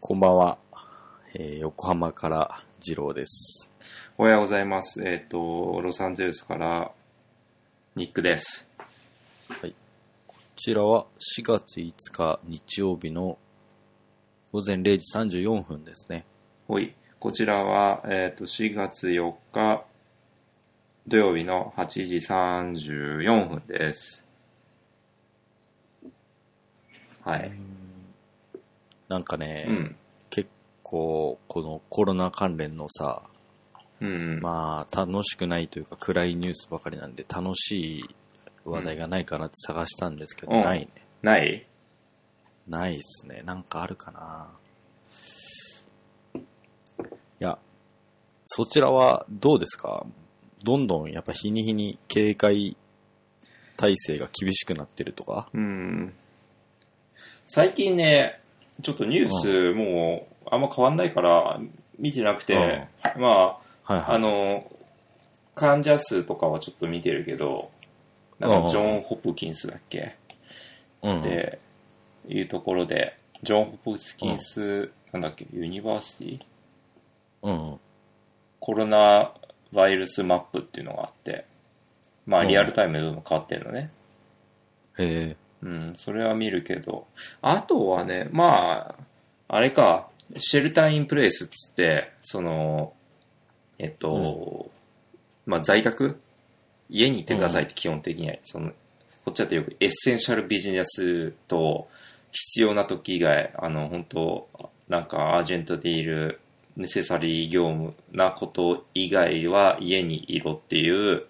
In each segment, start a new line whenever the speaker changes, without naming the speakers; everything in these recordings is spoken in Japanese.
こんばんは。えー横浜から二郎です。
おはようございます。えっ、と、ロサンゼルスから、ニックです。
こちらは4月5日日曜日の午前0時34分ですね。
ほい。こちらは、えっ、と、4月4日、土曜日の8時34分です。はい。
なんかね、
うん。
結構このコロナ関連のさ、
うん。
まあ楽しくないというか暗いニュースばかりなんで楽しい話題がないかなって探したんですけど、
うん
ないね。
ない
ないですね。なんかあるかな。いや、そちらはどうですかどんどんやっぱ日に日に警戒体制が厳しくなってるとか
うん。最近ね、ちょっとニュース、もう、あんま変わんないから、見てなくて、まあ、
はいは
あ
い。
の、患者数とかはちょっと見てるけど、なん
うん
かジョン・ホプキンスだっけ
うん、
っていうところで、ジョン・ホプキンス、なんだっけ、ユニバーシティ
うんうん。
コロナウイルスマップっていうのがあって、まあ
うん
リアルタイムでどんどん変わってるのね。
へえ。
うん、それは見るけど、あとはね、まあ、あれか、シェルターインプレイスっつって、その、えっと、まあ在宅家にいてくださいって基本的には、その、こっちだとよくエッセンシャルビジネスと必要な時以外、あの、本当なんかアージェントでいるネセサリー業務なこと以外は家にいろっていう、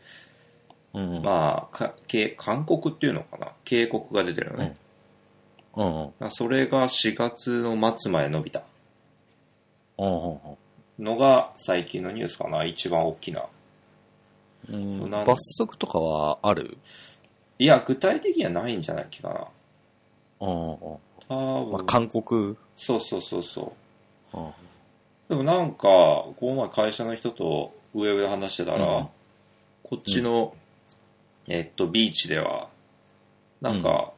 うんうん。
まあ、か警勧告っていうのかな警告が出てるのね。
うんうん。
まあそれが4月の末まで伸びた
うんうん
のが最近のニュースかな、一番大きな。
うんうん。
なん
罰則とかはある
いや、具体的にはないんじゃないっけかな。
うんうん
多
うん。
分、
まあ、韓国。
そうそうそうそう。
うん
でもなんか、この前会社の人と上上で話してたら、
うん
こっちの、えっと、ビーチでは、なんか、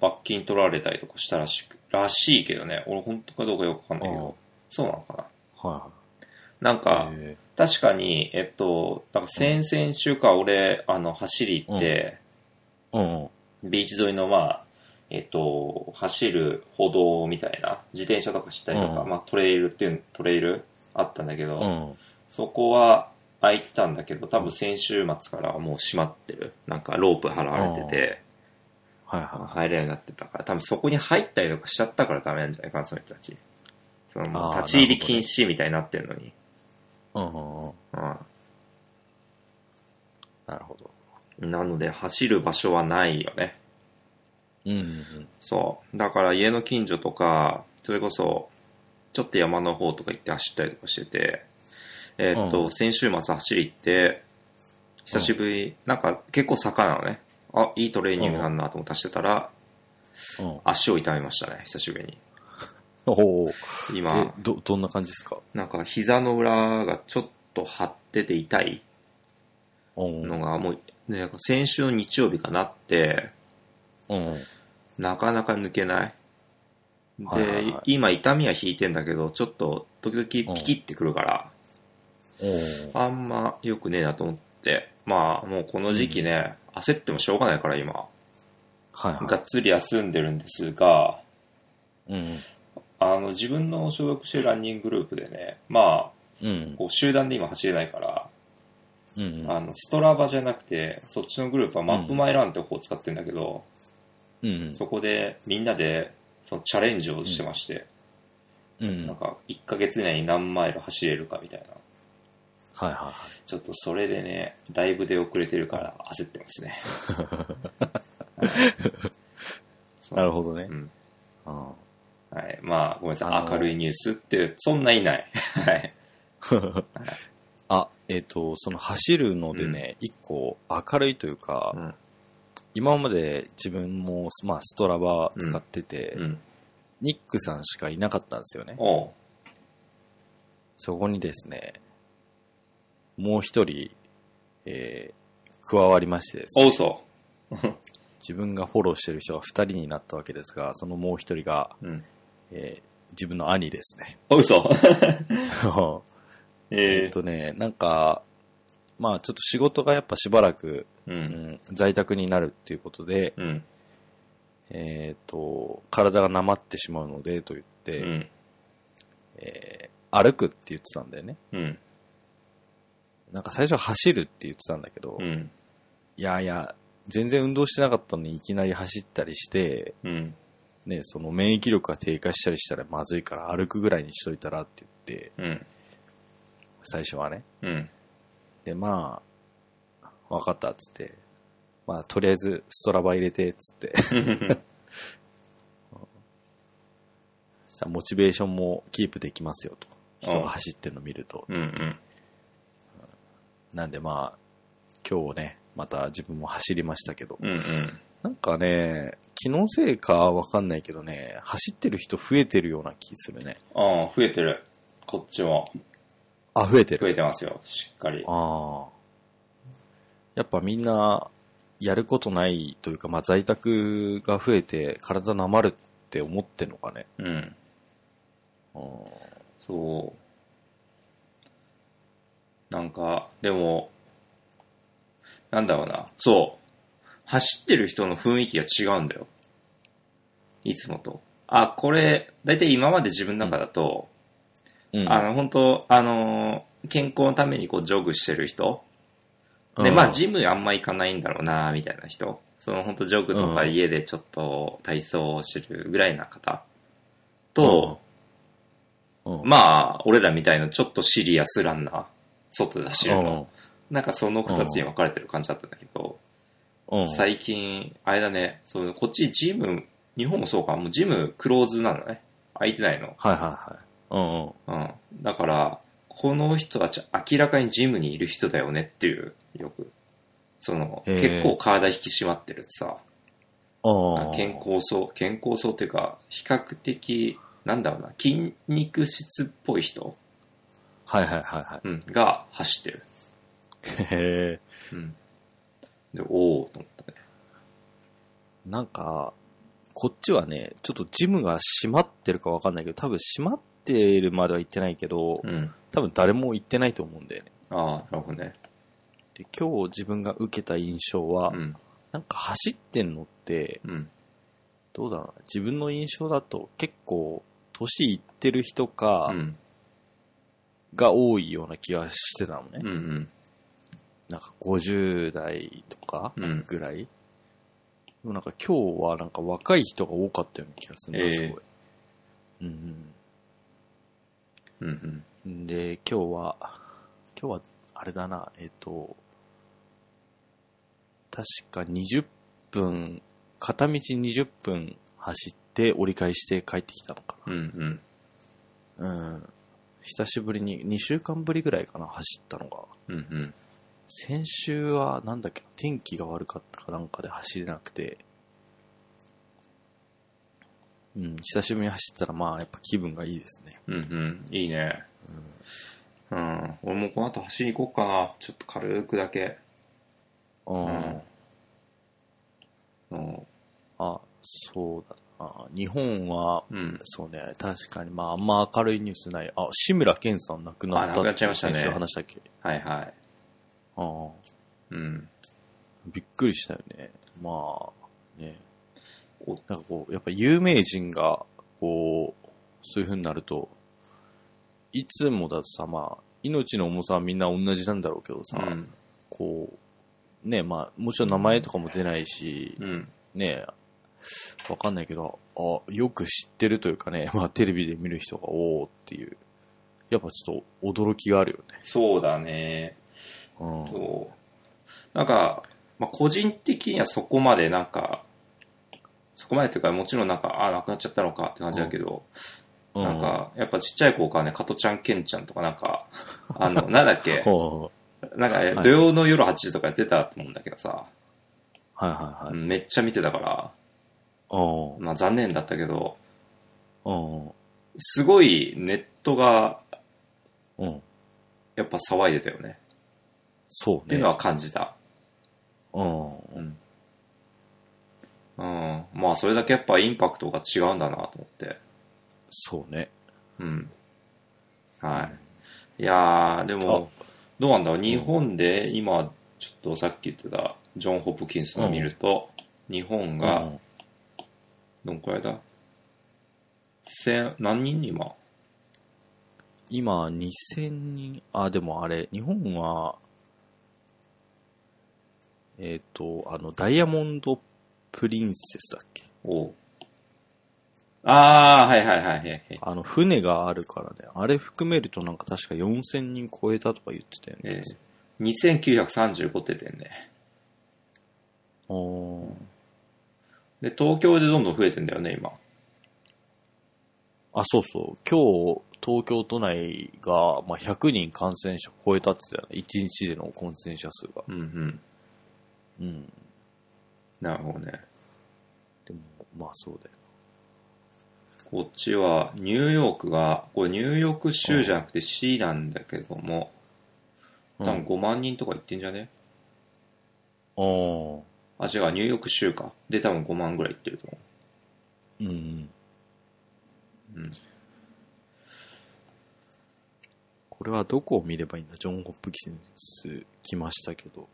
罰金取られたりとかしたらしく、らしいけどね。俺本当かどうかよくわかんないけ
うん
ど、そうなのか
は
な。な
い
んか
は、い。へ
確かに、えっと、なんか先々週か、俺、あの、走り行って、
えうんうん。
ビーチ沿いの、まあ、えっと、走る歩道みたいな、自転車とかしたりとか、
うん
まあ、トレイルっていう、トレイルあったんだけど、
うん。
そこは空いてたんだけど、多分先週末からはもう閉まってる。なんかロープ払われてて、
はいは
入れるようになってたから、多分そこに入ったりとかしちゃったからダメなんじゃないかな、その人たち。そのも
あ
う
ー
立ち入り禁止みたいになってるのに。
い。うんうんうん。
うん
なるほど。
なので、走る場所はないよね。
うんうんうん。
そう。だから家の近所とか、それこそ、ちょっと山の方とか行って走ったりとかしてて、えーっと、
うん
先週末走り行って、久しぶり、なんか結構坂なのね。あ、いいトレーニングなんなと思って走ってたら、
うん。
足を痛めましたね、久しぶりに。
おお。
今、
え、ど、どんな感じですか
なんか膝の裏がちょっと張ってて痛い
うんうん。
のが、もう、ね、なんか先週の日曜日かなって、
うんうん。
なかなか抜けない。で、
はいはいはい
今痛みは引いてんだけど、ちょっと時々ピキってくるから、
おー
あんま良くねえなと思って、まあもうこの時期ね、焦ってもしょうがないから今、
はい
が
は
っつり休んでるんですが、
い。うん
あの自分の所属してるランニンググループでね、ま
うん。
あこう集団で今走れないから、
うんうん。
あのストラバじゃなくて、そっちのグループはマップマイランって方を使ってんだけど、
うんうん。
そこでみんなでそのチャレンジをしてまして、
うんうん。は
なん
い
か、1ヶ月以内に何マイル走れるかみたいな。
はいはい。
ちょっとそれでね、だいぶ出遅れてるから焦ってます ね。
なるほどね
う。ん。
あ
はい。まあ、ごめんなさい。
あのー
明るいニュースって、そんないない。はい。
あ、えっと、その走るのでね、一個明るいというか、
うん
今まで自分も、まあ、ストラバ使ってて、
うん。
ニックさんしかいなかったんですよね。
おう。
そこにですね、もう一人、えー、加わりましてですね
おうそ
自分がフォローしてる人が二人になったわけですが、そのもう一人が、
う。うん。
えー自分の兄です ね。
あ、嘘
えっ
ええ
とね、なんか、まあちょっと仕事がやっぱしばらく、
う。
うんん、在宅になるっていうことで、
うん。
えっと、体がなまってしまうのでと言っ
う
て、
ん。
えー歩くって言ってたんだよね。
うん。
なんか最初は走るって言ってたんだけど、
う
い
ん。
やいや、全然運動してなかったのにいきなり走ったりして、
うん。
ね、その免疫力が低下したりしたらまずいから歩くぐらいにしといたらって言って、
うん。
最初はね。
うん。
で、まあ、わかったっつって、まあ、とりあえずストラバ入れてっつ って、さモチベーションもキープできますよと。人が走ってるの見ると。
うん。うん。
なんでまあ、今日ね、また自分も走りましたけど、
うん。うん。
なんかね、気のせいかわかんないけどね、走ってる人増えてるような気するね。
ああ、増えてる。こっちも。
あ、増えて
増
る。
えてますよ。しっかり。
ああ。やっぱみんな、やることないというか、まあ在宅が増えて体なまるって思ってんのかね。
うん。
うん。
そう。なんか、でも、なんだろうな。そう。走ってる人の雰囲気が違うんだよ。いつもと。あ、これ、だいたい今まで自分の中だと、
うん
あの、本当あのー、健康のためにこう、ジョグしてる人。で、
うん
まあ、ジムあんま行かないんだろうな、みたいな人。その、本当ジョグとか
うん
家でちょっと体操をしてるぐらいな方。と、
うん、うん、
まあ、俺らみたいなちょっとシリアスランナー、外で走るの。なんかその二つに分かれてる感じだったんだけど、
うん、うん。
最近、あれだね、そのこっちジム、日本もそうか、もうジムクローズなのね。空いてないの。
はいはいはい。うんうん。
うん。だから、この人たち明らかにジムにいる人だよねっていう、よく。その、
へー
結構体引き締まってるってさ、
ああ
健康そう、健康そうっていうか、比較的、なんだろうな、筋肉質っぽい人、
はいはいはいは
うん、が走ってる。
い。へえ。
うん。で、おおと思ったね。
なんか、こっちはね、ちょっとジムが閉まってるかわかんないけど、多分閉まってるまでは行ってないけど、
うん。
多分誰も行ってないと思うんだよね。
ああ、なるほどね。
で、今日自分が受けた印象は、
うん。
なんか走ってんのって、
うん。
どうだろうな自分の印象だと結構、年いってる人か
う、ん。
が多いような気がしてたのね。
うん。うん。
なんか50代とか
うん
ぐらい、でもなんか今日はなんか若い人が多かったような気がする
え
な、
え
すごい。うん
うん。うん。
うん。で、今日は、今日はあれだな、えっ、と、確か20分、片道20分走って折り返して帰ってきたのか
うん。うん。
な。うん。久しぶりに、2週間ぶりぐらいかな、走ったのが。
うん。うん。
先週はなんだっけな天気が悪かったかなんかで走れなくて、うん、久しぶりに走ったらまあやっぱ気分がいいですね。
うん。うん。いいね。うん。俺もこの後走り行こうかな。ちょっと軽くだけ。
うん。
うん。
あ、そうだな。日本は、
うん。
そうね、確かにまああんま明るいニュースない。あ、志村けんさん亡くなった
あ亡くなっちゃいましたね
先週話したっけ
はいはい。
ああ、
うん。
びっくりしたよね。まあ、ね
お。
なんかこう、やっぱ有名人が、こう、そういう風になると、いつもだとさ、まあ、命の重さはみんな同じなんだろうけどさ、
うん。
こう、ね、まあ、もちろん名前とかも出ないし、
うん。
ね、わかんないけど、あ、よく知ってるというかね、 まあ、テレビで見る人が、おーっていう、やっぱちょっと驚きがあるよね。
そうだね。
うん。
そう。なんか、まあ、個人的にはそこまでなんか、そこまでというか、もちろんなんか、ああ、なくなっちゃったのかって感じだけど、
う
なん、か、やっぱちっちゃい子からね、加トちゃん、ケンちゃんとかなんか、 あの、なんだっけ
う、んはい
なんかね
はい
土曜の夜8時とかやってたと思うんだけどさ、
はいはい。うん
めっちゃ見てたから、まあ残念だったけど、
うん。
すごいネットが
うん。
やっぱ騒いでたよね。
そうね。
っていうのは感じた。
うん。
うん。うん。まあそれだけやっぱインパクトが違うんだなと思って。
そうね。
うん。はい。いやー、でも、どうなんだろう。日本で今、ちょっとさっき言ってた、ジョン・ホプキンスの見ると、日本
う
が、
ん
どんくらいだ千、何人今
今、2000人、あ、でもあれ、日本は、えっ、と、あの、ダイヤモンドプリンセスだっけ
おうあー、はいはいはいはいはい。
あの、船があるからね、あれ含めるとなんか確か4000人超えたとか言ってたよね。
えー、2935って点ね。
おー
で、東京でどんどん増えてんだよね、今。
あ、そうそう。今日、東京都内が、まあ、100人感染者超えたって言ってたよね。1日での感染者数が。
うんうん。
うん。
なるほどね。
でも、まあそうだよ。
こっちは、ニューヨークが、これニューヨーク州じゃなくて市なんだけども、多分5万人とか言ってんじゃね、
お
あ、違う、ニューヨーク州か。で、多分5万ぐらい行ってると思
ーうん。
う。うん。
これはどこを見ればいいんだジョン・ホップキンス来ましたけど。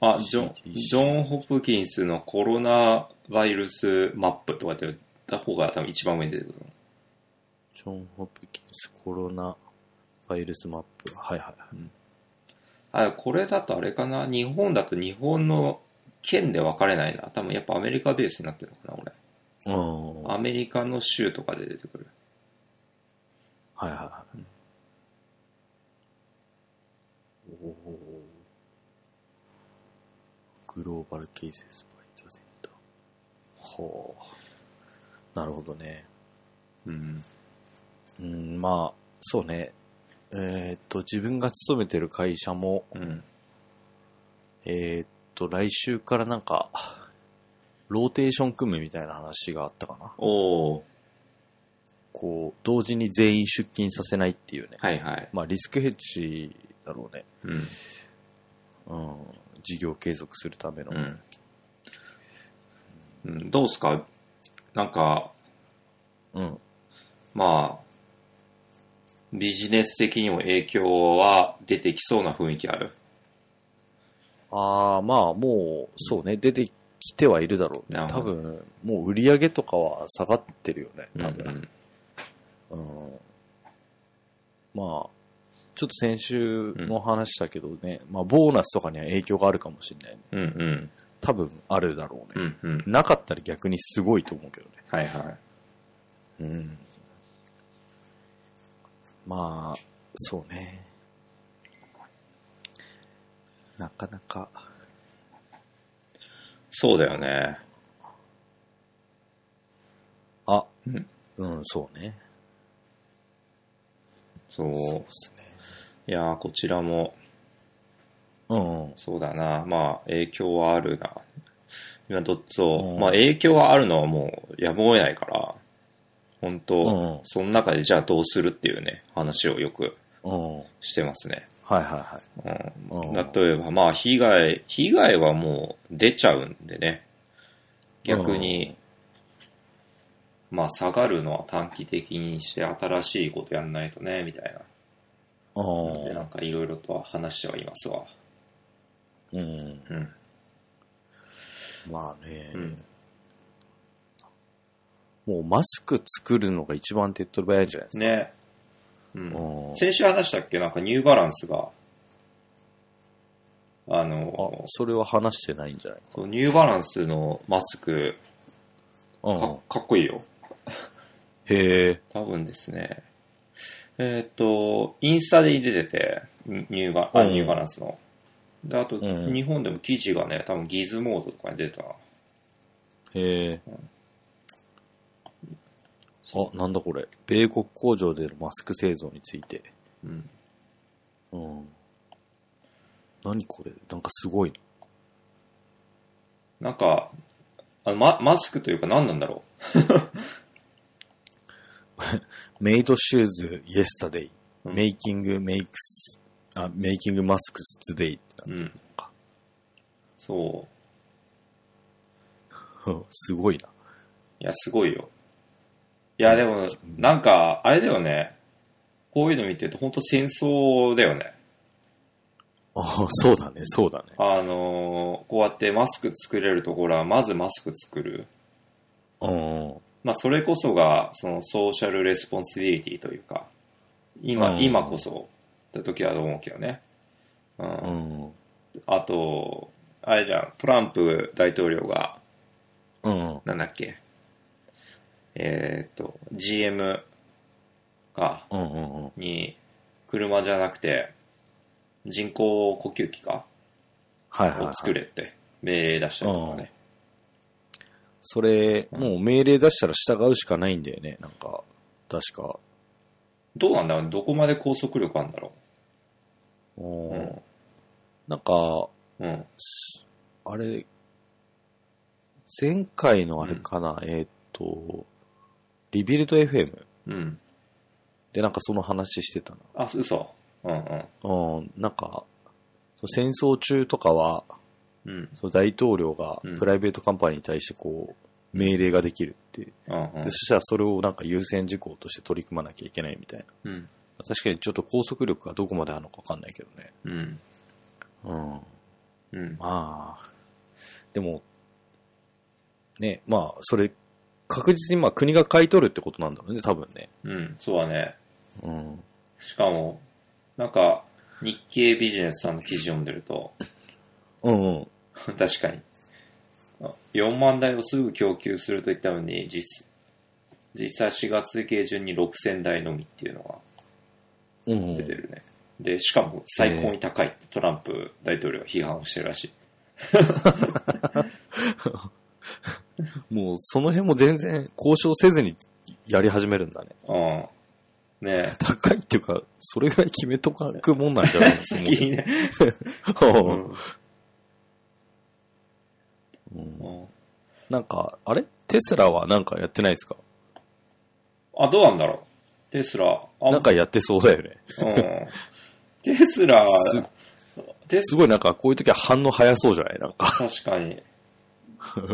あ、ジョン、
一日
ジョン・ホプキンスのコロナバイルスマップとかって言った方が多分一番上に出てくると思
ジョン・ホップキンスコロナバイルスマップ。はいはいはい。
う。あ、これだとあれかな日本だと日本の県で分かれないな。多分やっぱアメリカベースになってるのかな、
うん。
俺。
はい
アメリカの州とかで出てくる。
はいはい。おお。グローバルケーセスバイザセンター。ほう。なるほどね。
うん。
うん、まあ、そうね。えーっと、自分が勤めてる会社も、
うん。
えーっと、来週からなんか、ローテーション組むみたいな話があったかな。
おー。
こう、同時に全員出勤させないっていうね。
はいはい。
まあ、リスクヘッジだろうね。
うん。
うん。事業継続するための。
うん。うん、どうすかなんか、
うん。
まあ、ビジネス的にも影響は出てきそうな雰囲気ある。
ああ、まあ、もう、そうね、出てきてはいるだろうね
な。る
多
ほど
分、もう売り上げとかは下がってるよね、多分。
うん
うんまあ、ちょっと先週の話だけどね、まあ、ボーナスとかには影響があるかもしれない、ね。
うんうん。
多分あるだろう
う
ね。
んうん。
なかったら逆にすごいと思うけどね。
はいは
うん。まあ、そうね。なかなか、
い。そうだよね。
あ、
うん
うん、そうね。
そ
そ
う。
うですね。
いやーこちらも、
うん、うん。
そうだな。まあ、影響はあるな。今、どっち
う
を、
ん
まあ、影響はあるのはもう、やむを得ないから、本当、
うん
その中でじゃあどうするっていうね、話をよく
うん。はい
してますね。
はいは
う
うん
ん、例えば、まあ、被害、被害はもう出ちゃうんでね。逆に、まあ、下がるのは短期的にして、新しいことやんないとね、みたいな。
い。
ので、なんかいろいろと話してはいますわ。
うん。うん。
うん。
まあね。
うん
もうマスク作るのが一番手っ取り早いんじゃないですか。
ね。うん。
うん
先週話したっけなんかニューバランスが、あ
あ
の、、
それは話してないんじゃない
そうニューバランスのマスク、
う
か
ん。
かっこいいよ。
へえ。
多分ですね。えーっ、と、インスタで出てて、ニニューバあ
うん
ニューバランスの。で、あと、
うん
日本でも記事がね、多分ギズモードとかに出た。
へえ。あ、なんだこれ。米国工場でのマスク製造について。
うん。
うん。何これなんかすごい
なんか、あのママスクというか何なんだろ
メイドシューズ、イエスタデイ。
うん
メイキング、メイクス、あ、メイキングマスクスデイって
う。う
な。
ん。そう。
すごいな。
いや、すごいよ。いや、でも、なんか、あれだよね。こういうの見てると、本当戦争だよね。
ああ、そうだね、そうだね。
あのーこうやってマスク作れるところは、まずマスク作る。
うん。
まあ、それこそが、そのソーシャルレスポンシビリティというか、今、
うん
今こそ、って時はと思うけどね。うん。
うん。
あと、あれじゃん、トランプ大統領が、
うん。
なんだっけ、えーっと、GM か、
うんうんうん。
に、車じゃなくて、人工呼吸器か、
はいはい、は
を作
い。
れって命令出したりとかね。
それ、もう命令出したら従うしかないんだよね、なんか。確か。
どうなんだろうどこまで拘束力あるんだろ
う。
う。うんん。
なんか、
うん。
あれ、前回のあれかな、えーっと、リビルド FM
うん。
でなんかその話してたな。
あ、嘘。うんうん。
うん、なんか、そう戦争中とかは、
うん。
その大統領が
うん
プライベートカンパニーに対してこう、命令ができるって、
う
で
ん
そしたらそれをなんか優先事項として取り組まなきゃいけないみたいな。
うん。
確かにちょっと拘束力がどこまであるのかわかんないけどね。
うん。
うん。
うん。
まあ、でも、ね、まあ、それ、確実にまあ国が買い取るってことなんだろうね、多分ね。
うん。そうだね。
うん。
しかも、なんか、日経ビジネスさんの記事読んでると、
うんうん。
確かに。あ4万台をすぐ供給すると言ったのに、実、実際4月下旬に6000台のみっていうのが
うん、うん。
出てるね。で、しかも最高に高いってトランプ大統領が批判をしてるらしい。
もうその辺も全然交渉せずにやり始めるんだね。
うん。ね
高いっていうか、それぐらい決めとかくもんなんじゃ ないで
え。
すか。
先にね。う
も
ん。
ううん
うん
なんか、あれテスラはなんかやってないですか
あ、どうなんだろう。テスラ。あ
なんかやってそうだよね。
うん。テスラ
す、
テ
す
ス
ごいなんかこういう時は反応早そうじゃないなんか。
確かに。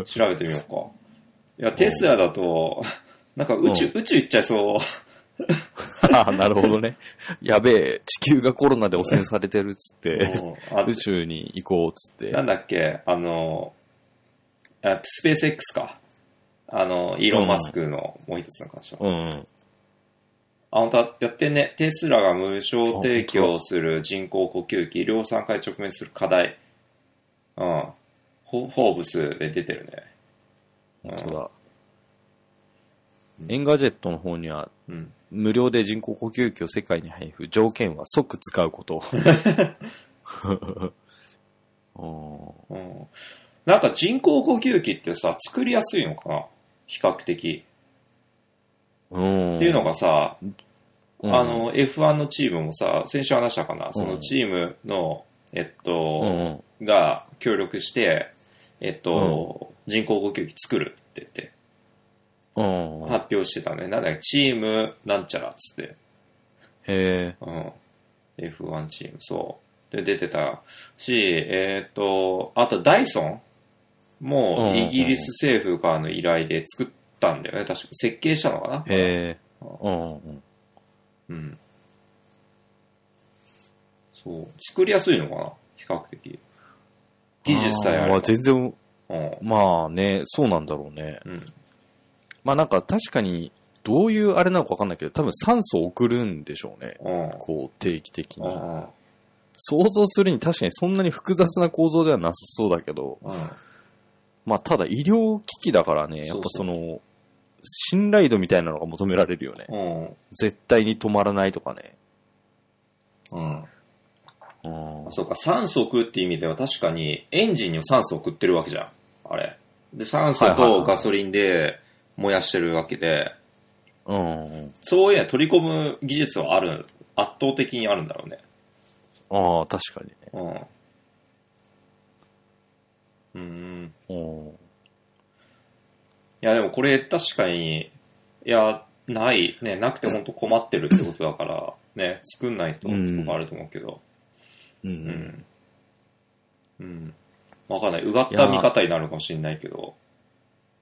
調べてみようか。いや、テスラだと、なんか宇宙、宇宙行っちゃいそう。
ああ、なるほどね。 やべえ、地球がコロナで汚染されてるっつって、
うんあ
宇宙に行こうっつって。
なんだっけ、あの、あスペース X か。あの、イーロン・マスクのもう一つの会社。
うんうん。
あ、本当はやってんね。テスラが無償提供する人工呼吸器、量産化に直面する課題。うん。フォフォーブスで出てるね。
本当だ。
うん
エンガジェットの方には、
うん。
無料で人工呼吸器を世界に配布。条件は即使う こと。う
うんなんか人工呼吸器ってさ、作りやすいのかな比較的。
ん。
っていうのがさ、
うん、
あの、F1 のチームもさ、先週話したかな、そのチームの、えっ
うん
と、
うん、
が協力して、えっと、人工呼吸器作るって言って、
うんうん。へ
発表してたね。なんだっけ、チームなんちゃらっつって。
え。
うん。F1 チーム、そう。で、出てたし、えっ、と、あとダイソン
うんうん
も
うん
イギリス政府からの依頼で作ったんだよね。確か設計したのかな
へえ。うんうんうん。
うん。そう。作りやすいのかな比較的。技術さえあ
あ
れ
ー全然、
ば。
まあね、そうなんだろうね。
うん。うん。
まあなんか確かに、どういうあれなのかわかんないけど、多分酸素を送るんでしょうね。
うん。
こう、定期的
う
に。
ん。
想像するに確かにそんなに複雑な構造ではなさそうだけど、
うん。
まあただ医療機器だからね、やっぱその、信頼度みたいなのが求められるよね。
うん。
絶対に止まらないとかね。
うん。
うん。
そうか、酸素を送るって意味では確かにエンジンには酸素を送ってるわけじゃん。あれ。で、酸素
はいはいは
と
い
ガソリンで燃やしてるわけで、
うんうん。
そういうの取り込む技術はある、圧倒的にあるんだろうね。
ああ、確かにね。
うん。うん。
うん。
いや、でもこれ確かに、いや、ない、ね、なくて本当困ってるってことだから、ね、作んないと
うん
とかあると思うけど、
う。
うんん。うん。わかんない。うがった見方になるかもしれないけど、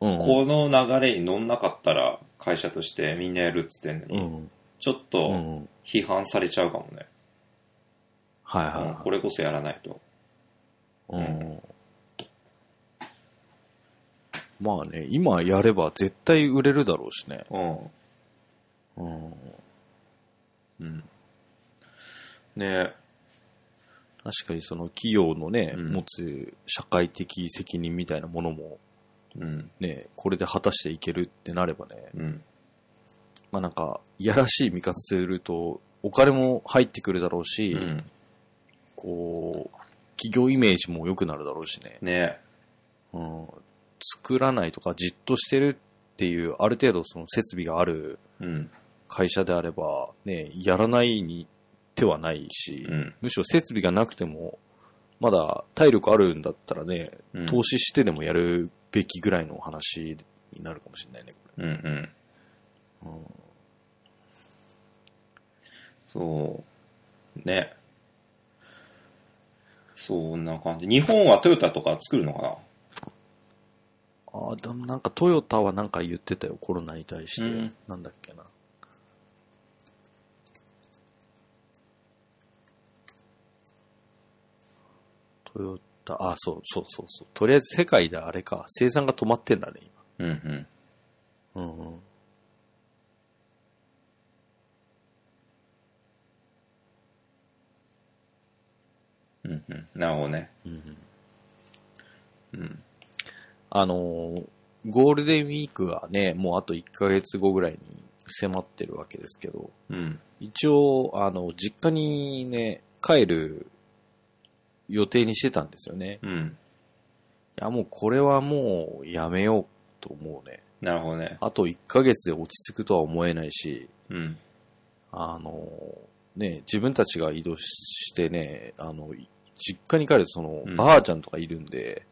うん。
この流れに乗んなかったら会社としてみんなやるっつってんの
う
に、
ん。
ちょっ
う
と
ん。
批判されちゃうかもね。
はい
うん
は
これこそやらないと。
い。うん。まあね、今やれば絶対売れるだろうしね。
うん。
うん。
うん。ね
確かにその企業のね、
うん
持つ社会的責任みたいなものも
うん。
ね、これで果たしていけるってなればね、
うん。
まあなんか、いやらしい見方すると、お金も入ってくるだろうし、
うん。
こう、企業イメージも良くなるだろうしね、
ね
うん、作らないとかじっとしてるっていう、ある程度その設備がある
うん。
会社であれば、ね、やらないに手はないし、
うん。
むしろ設備がなくても、まだ体力あるんだったらね、
うん
投資してでもやるべきぐらいの話になるかもしれないね、こ
うん。うん。
れ。うん
そう。ね。そんな感じ。日本はトヨタとか作るのかな
ああ、でもなんかトヨタはなんか言ってたよ、コロナに対して。
うん
なんだっけな。トヨタ、あ、そうそうそうそう。とりあえず世界であれか、生産が止まってんだね、
うんうん。
今。うんうん。
うんうん。なるほどね。
うんうん、
うん。
あのーゴールデンウィークがね、もうあと1ヶ月後ぐらいに迫ってるわけですけど、
うん。
一応、あの、実家にね、帰る予定にしてたんですよね。
うん。
いや、もうこれはもうやめようと思うね。
なるほどね。
あと1ヶ月で落ち着くとは思えないし、
うん。
あの、ね、自分たちが移動してね、あの、い実家に帰るとその
うん、
ばあちゃんとかいるんで、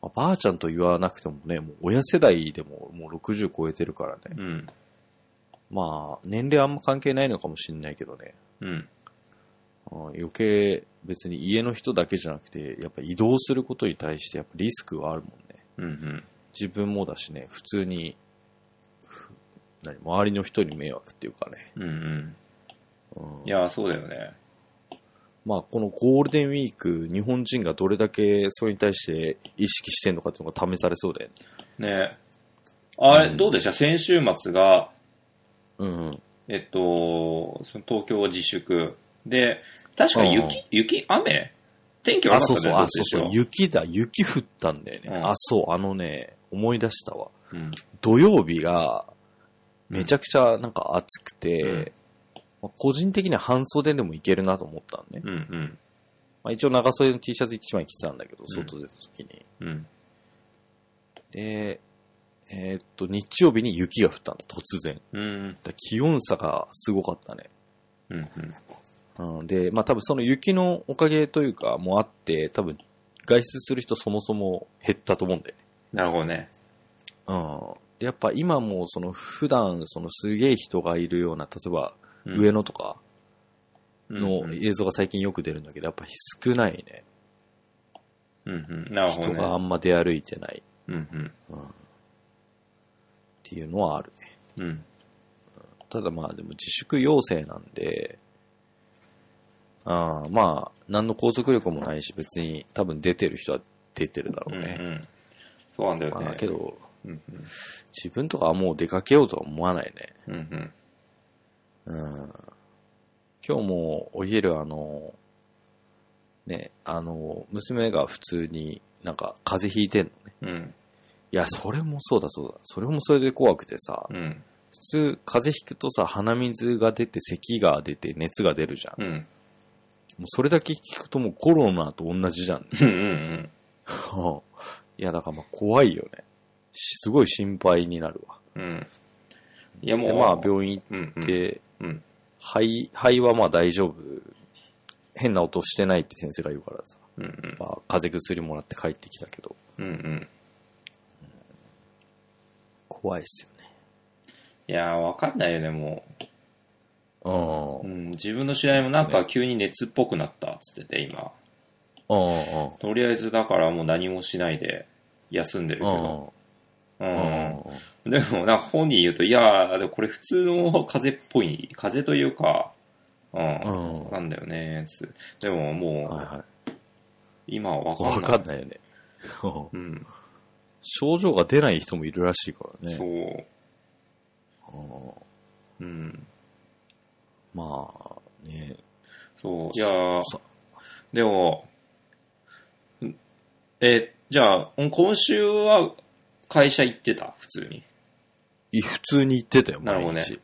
まあばあちゃんと言わなくてもね、もう親世代でももう60超えてるからね。
うん。
まあ、年齢あんま関係ないのかもしんないけどね。
うん。
うん余計別に家の人だけじゃなくて、やっぱ移動することに対してやっぱリスクはあるもんね。
うん。うん。
自分もだしね、普通に、ふ何、周りの人に迷惑っていうかね。
うん。うん。
うん
いや、そうだよね。
まあ、このゴールデンウィーク、日本人がどれだけそれに対して意識してんのかっていうのが試されそうだよね。
ねあれ、
うん
どうでした先週末が、
うんうん。
えっと、その東京自粛。で、確か
うん
雪、雪、雨天気悪
あ、
かった
そ
ね
うそう、
ど
あ、
で
そう
し
そ
ょ
う、雪だ、雪降ったんだよね。
うん
あ、そう、あのね、思い出したわ。
うん。
土曜日が、めちゃくちゃなんか暑くて、
うん
まあ個人的には半袖でもいけるなと思ったんね。
うん。
まあ、一応長袖の T シャツ一枚着てたんだけど、外出た時に。
うん。うん。
で、えーっと、日曜日に雪が降ったんだ、突然。
うん。
だ気温差がすごかったね。
うん。
うん、で、まあ多分その雪のおかげというか、もうあって、多分外出する人そもそも減ったと思うんだよね。
なるほどね。
うん。で、やっぱ今もその普段、そのすげえ人がいるような、例えば
うん
上野とか
う
の
ん
映像が最近よく出るんだけど、やっぱ少ないね。
うんうん。なるほど
人
ね。
があんま出歩いてないっ
うん
ていうのはあるね。
うん。うん。
ただまあでも自粛要請なんで、あーまあ、何の拘束力もないし、別に多分出てる人は出てるだ
う
ろうん
う
ね。
ん。そうなんだよ
まあ
ね。
けど、
うんうん。
自分とかはもう出かけようとは思わないね。
うんうん。
うん。今日もお昼あの、ね、あの、娘が普通になんか風邪ひいてんのね。
うん。
いや、それもそうだそうだ。それもそれで怖くてさ、
うん。
普通風邪ひくとさ、鼻水が出て、咳が出て、熱が出るじゃん。
うん。
もうそれだけ聞くともうコロナと同じじゃ ん、ね。
うんうん
いや、だからまあ怖いよね。しすごい心配になるわ。
うん。うん。いやも
で、
う、
まあ病院
うんう
行っ
ん。
て、
うん。
肺、肺はまあ大丈夫。変な音してないって先生が言うからさ。
うんうん。
まあ風邪薬もらって帰ってきたけど、
うんうん。
怖いっすよね。
いやー、わかんないよね、も
うん
う。う。ん、自分の知り合いもなんか急に熱っぽくなったっつってて、今。
うん。
とりあえずだからもう何もしないで休んでるけど。
う
うん。
うん
でも、なんか本人言うと、いやー、でもこれ普通の風邪っぽい、風邪というか、うん。
うん。はい
なんだよね、つ。でももう、
は
今はわ
い。
かんな
わ
い。
かんないよね。うん
うん。
症状が出ない人もいるらしいからね。
そう。
うん
うん。
まあ、ね。
そう。いやー
さ
でも、んえ、じゃあ、今週は会社行ってた普通に。
い普通に言ってたよ、
なる
毎
ほどね
日。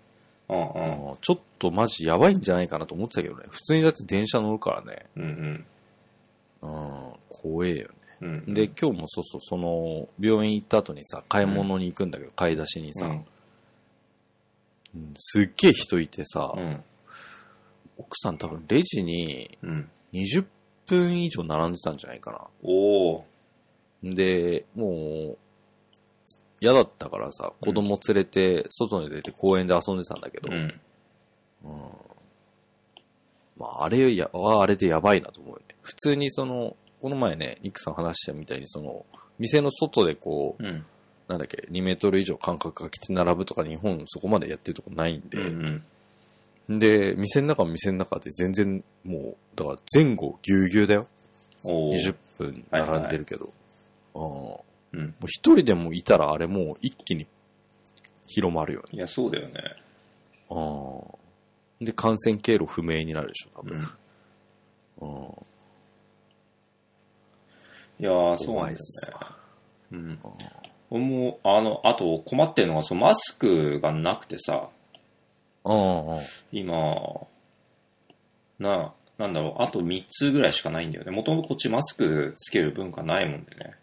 うんうん。
うんちょっとマジやばいんじゃないかなと思ってたけどね。普通にだって電車乗るからね。
うん
うん、怖えよ
うん。うん、
ね。で、今日もそうそう、その、病院行った後にさ、買い物に行くんだけど、買い出しに
う
さ、
ん、
うんすっげえ人いてさ、
うん。
奥さん多分レジに
うん。
20分以上並んでたんじゃないか
おー。
な。で、もう、嫌だったからさ、子供連れて、外に出て公園で遊んでたんだけど、
うん。
まあ、あれやはあれでやばいなと思うよね。普通にその、この前ね、ニックさん話したみたいに、その、店の外でこう、
うん。
なんだっけ、2メートル以上間隔が来て並ぶとか、日本そこまでやってるとこないん
う
で、
ん。
で、店の中は店の中で全然もう、だから前後ぎゅうぎゅうだよ。
おー。
20分並んでるけど。ああ
うん。
もう一人でもいたらあれもう一気に広まるよね。
いや、そうだよね。
ああで、感染経路不明になるでしょ、多
う
分。
ん。
うん
いやー、そうなんだよね。うん。俺も、あの、あと困ってるのが、そのマスクがなくてさ、
うんうん。
今、な、なんだろう、あと3つぐらいしかないんだよね。もともとこっちマスクつける文化ないもんでね。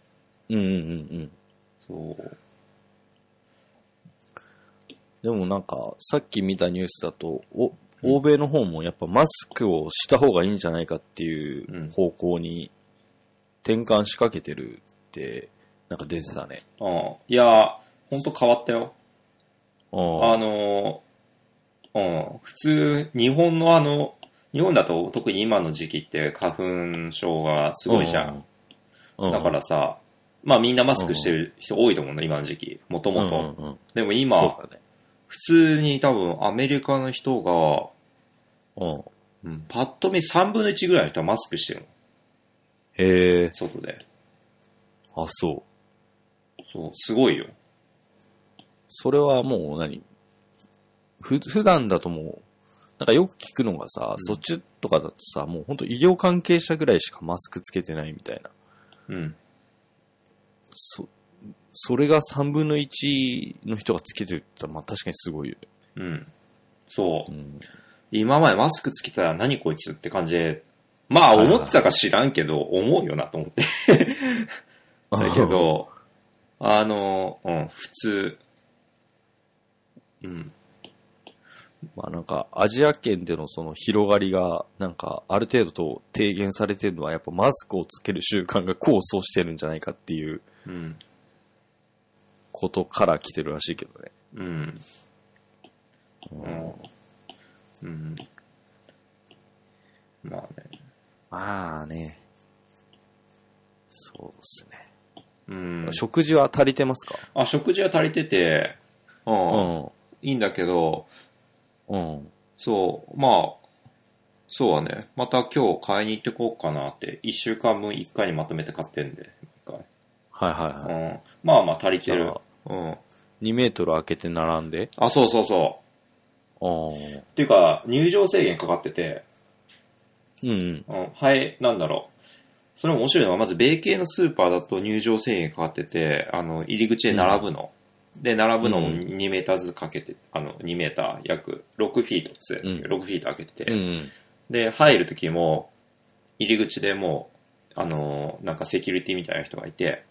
うんうんうんうん。
そう。
でもなんか、さっき見たニュースだと、お、欧米の方もやっぱマスクをした方がいいんじゃないかってい
うん
う方向に転換しかけてるって、なんか出てたね。
うん。いやー、ほんと変わったよ。
あ
あのー、うん。普通、日本のあの、日本だと特に今の時期って花粉症がすごいじゃん。。
う
だから、さ、まあみんなマスクしてる人多いと思うの、今の時期。もと
うん
もと。
うんうん
でも
そ
今、
うだね。
普通に多分アメリカの人が、
うん。
うん、パッと見3分の1ぐらいの人はマスクしてるの。
へえ、
外で。
あ、そう。
そう、すごいよ。
それはもう何ふ、普段だともう、なんかよく聞くのがさ、そっちとかだとさ、もう本当医療関係者ぐらいしかマスクつけてないみたいな。
うん。
そ、それが3分の1の人がつけてるって言ったら、まあ確かにすごいよね。
うん。そうう。
ん。
今までマスクつけたら何こいつって感じで、まあ
はいはい
思ってたか知らんけど、思うよなと思って。だけ。ど、あの、うん、普通。うん。
まあなんか、アジア圏でのその広がりが、なんか、ある程度と低減されてるのは、やっぱマスクをつける習慣が功を奏してるんじゃないかっていう
うん。
ことから来てるらしいけどね。
うん。
うん
うんうん。まあね。
まあね。そうっすね。
うん。
食事は足りてますか
あ、食事は足りてて、うん、
う
いいんだけど、
ん。うん。
そう、まあ、そうはね、また今日買いに行ってこうかなって、一週間分一回にまとめて買ってんで、一回
はいはいは
うん。まあまあ足りて
じ
る
ゃあ。
うん。
い。2メートル開けて並んで。
あ、そうそうそう。
うん。
っていうか、入場制限かかってて、
うん。
うん、はい、なんだろう。それも面白いのは、まず米系のスーパーだと入場制限かかってて、あの、入り口で並ぶの。で、並ぶのも
うん
2メーターずつかけて、あの、2メーター、約6フィートっつって、
うん
6フィート開けてて、
うん。
で、入る時も、入り口でもう、あのーなんかセキュリティみたいな人がいて、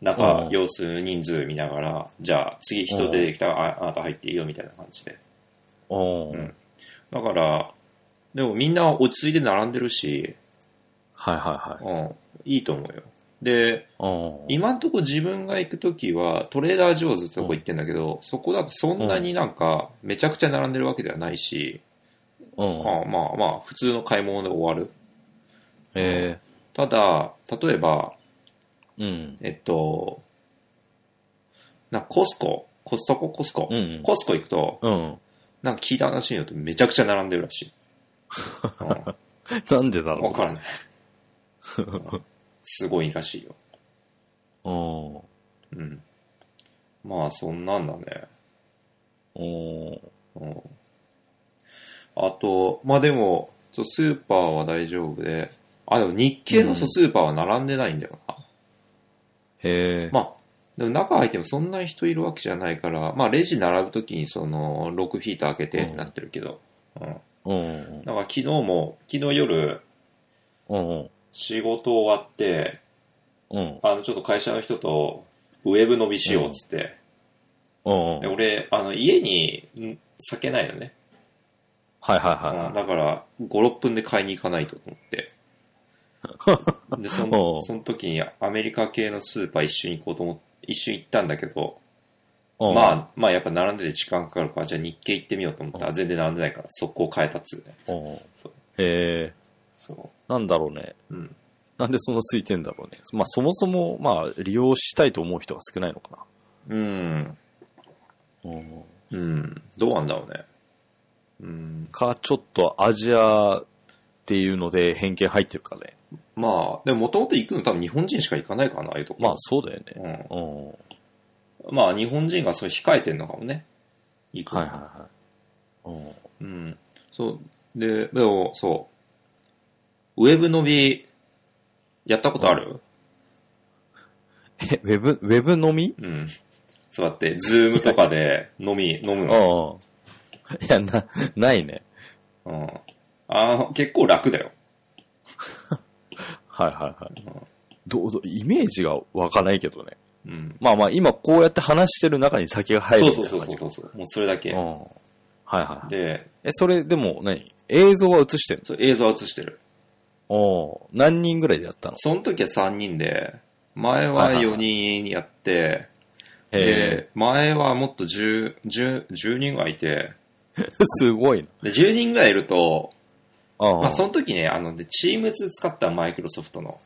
中
う、ん
様子、人数見ながら、じゃあ次人出てきたら、ああなた入っていいよみたいな感じで。
うん。
うんだから、でもみんな落ち着いて並んでるし、
はいはいはい。
うん、いいと思うよ。で、
うん。
今んとこ自分が行くときは、トレーダージョーズってとこ行ってんだけど、そこだとそんなになんか、めちゃくちゃ並んでるわけではないし、
うん。
まあまあまあ、普通の買い物で終わる。
え
ただ、例えば、
えうん。
えっと、なんかコスコ、コストコ、コスコ、
うんうん
コスコ行くと、
うん。
なんか聞いた話によるとめちゃくちゃ並んでるらしい。わ、
なんでだ
うん、わ
ろ
から ない。うんすごいらしいよ。
う。うん。
うん。まあ、そんなんだね。
おー
うんあと、まあでも、そうスーパーは大丈夫で、あ、でも日系のそ
う
う
ん
スーパーは並んでないんだよな。
へえ。
まあ、でも中入ってもそんな人いるわけじゃないから、まあレジ並ぶときにその6フィート開けてってなってるけど、うん。だか
うんうん
ら昨日も、昨日夜
うん。うん
仕事終わって、
うん。うん
あのちょっと会社の人とウェブ伸びしようっつって、
うん。
で
はい
俺、あの家にん酒ないのね。
はい
うん
は
だから、5、6分で買いに行かないとと 思って。で、そ
お
の、
う
その時にアメリカ系のスーパー一緒に行こうと思って、一緒に行ったんだけど、
いはい。
まあ、まあやっぱ並んでて時間かかるから、じゃあ日系行ってみようと思った
う
ら、全然並んでないから、速攻変えたっつうね。
うん。うん
そう。
へえ。
そ
なんだろうね。
う。うん。
なんでそんな空いてんだろうね。まあそもそも、まあ利用したいと思う人が少ないのか
うん。
な。うん。
うん。どうなんだろうね。うん。
か、ちょっとアジアっていうので偏見入ってるかね。
まあ、でももともと行くの多分日本人しか行かないかな、ああいうとこ。
まあそうだよね。
うん。
うん。はい
まあ日本人がそれ控えてんのかもね。行くの
はいはい。うん。
うん。そう。で、でも、そう。ウェブ伸び、やったことある
え、ウェブ、ウェブ飲み
うん。そうやって、ズームとかで飲み、飲む
うん。
の。
いや、な、ないね。
うん。あの結構楽だよ。
はいはいはい
うん。
どうぞ、イメージが湧かないけどね。
うん。
まあまあ、今こうやって話してる中に酒が入る
そ
み
う
た
そ
いうな
そ
感
う
じ。
そうそう。もうそれだけ
う。ん。はいはい。
で、
え、それでも何映像は映してん
そう映像映してる。
のおー何人ぐらいでやったの
その時は3人で、前
は
はい
はいはい
4人やって、
え
で、前はもっと10、10、10人ぐらいいて、
え すごいな。
で、10人ぐらいいると、
うん。
まあその時ね、あのね、チームズ使ったマイクロソフトの。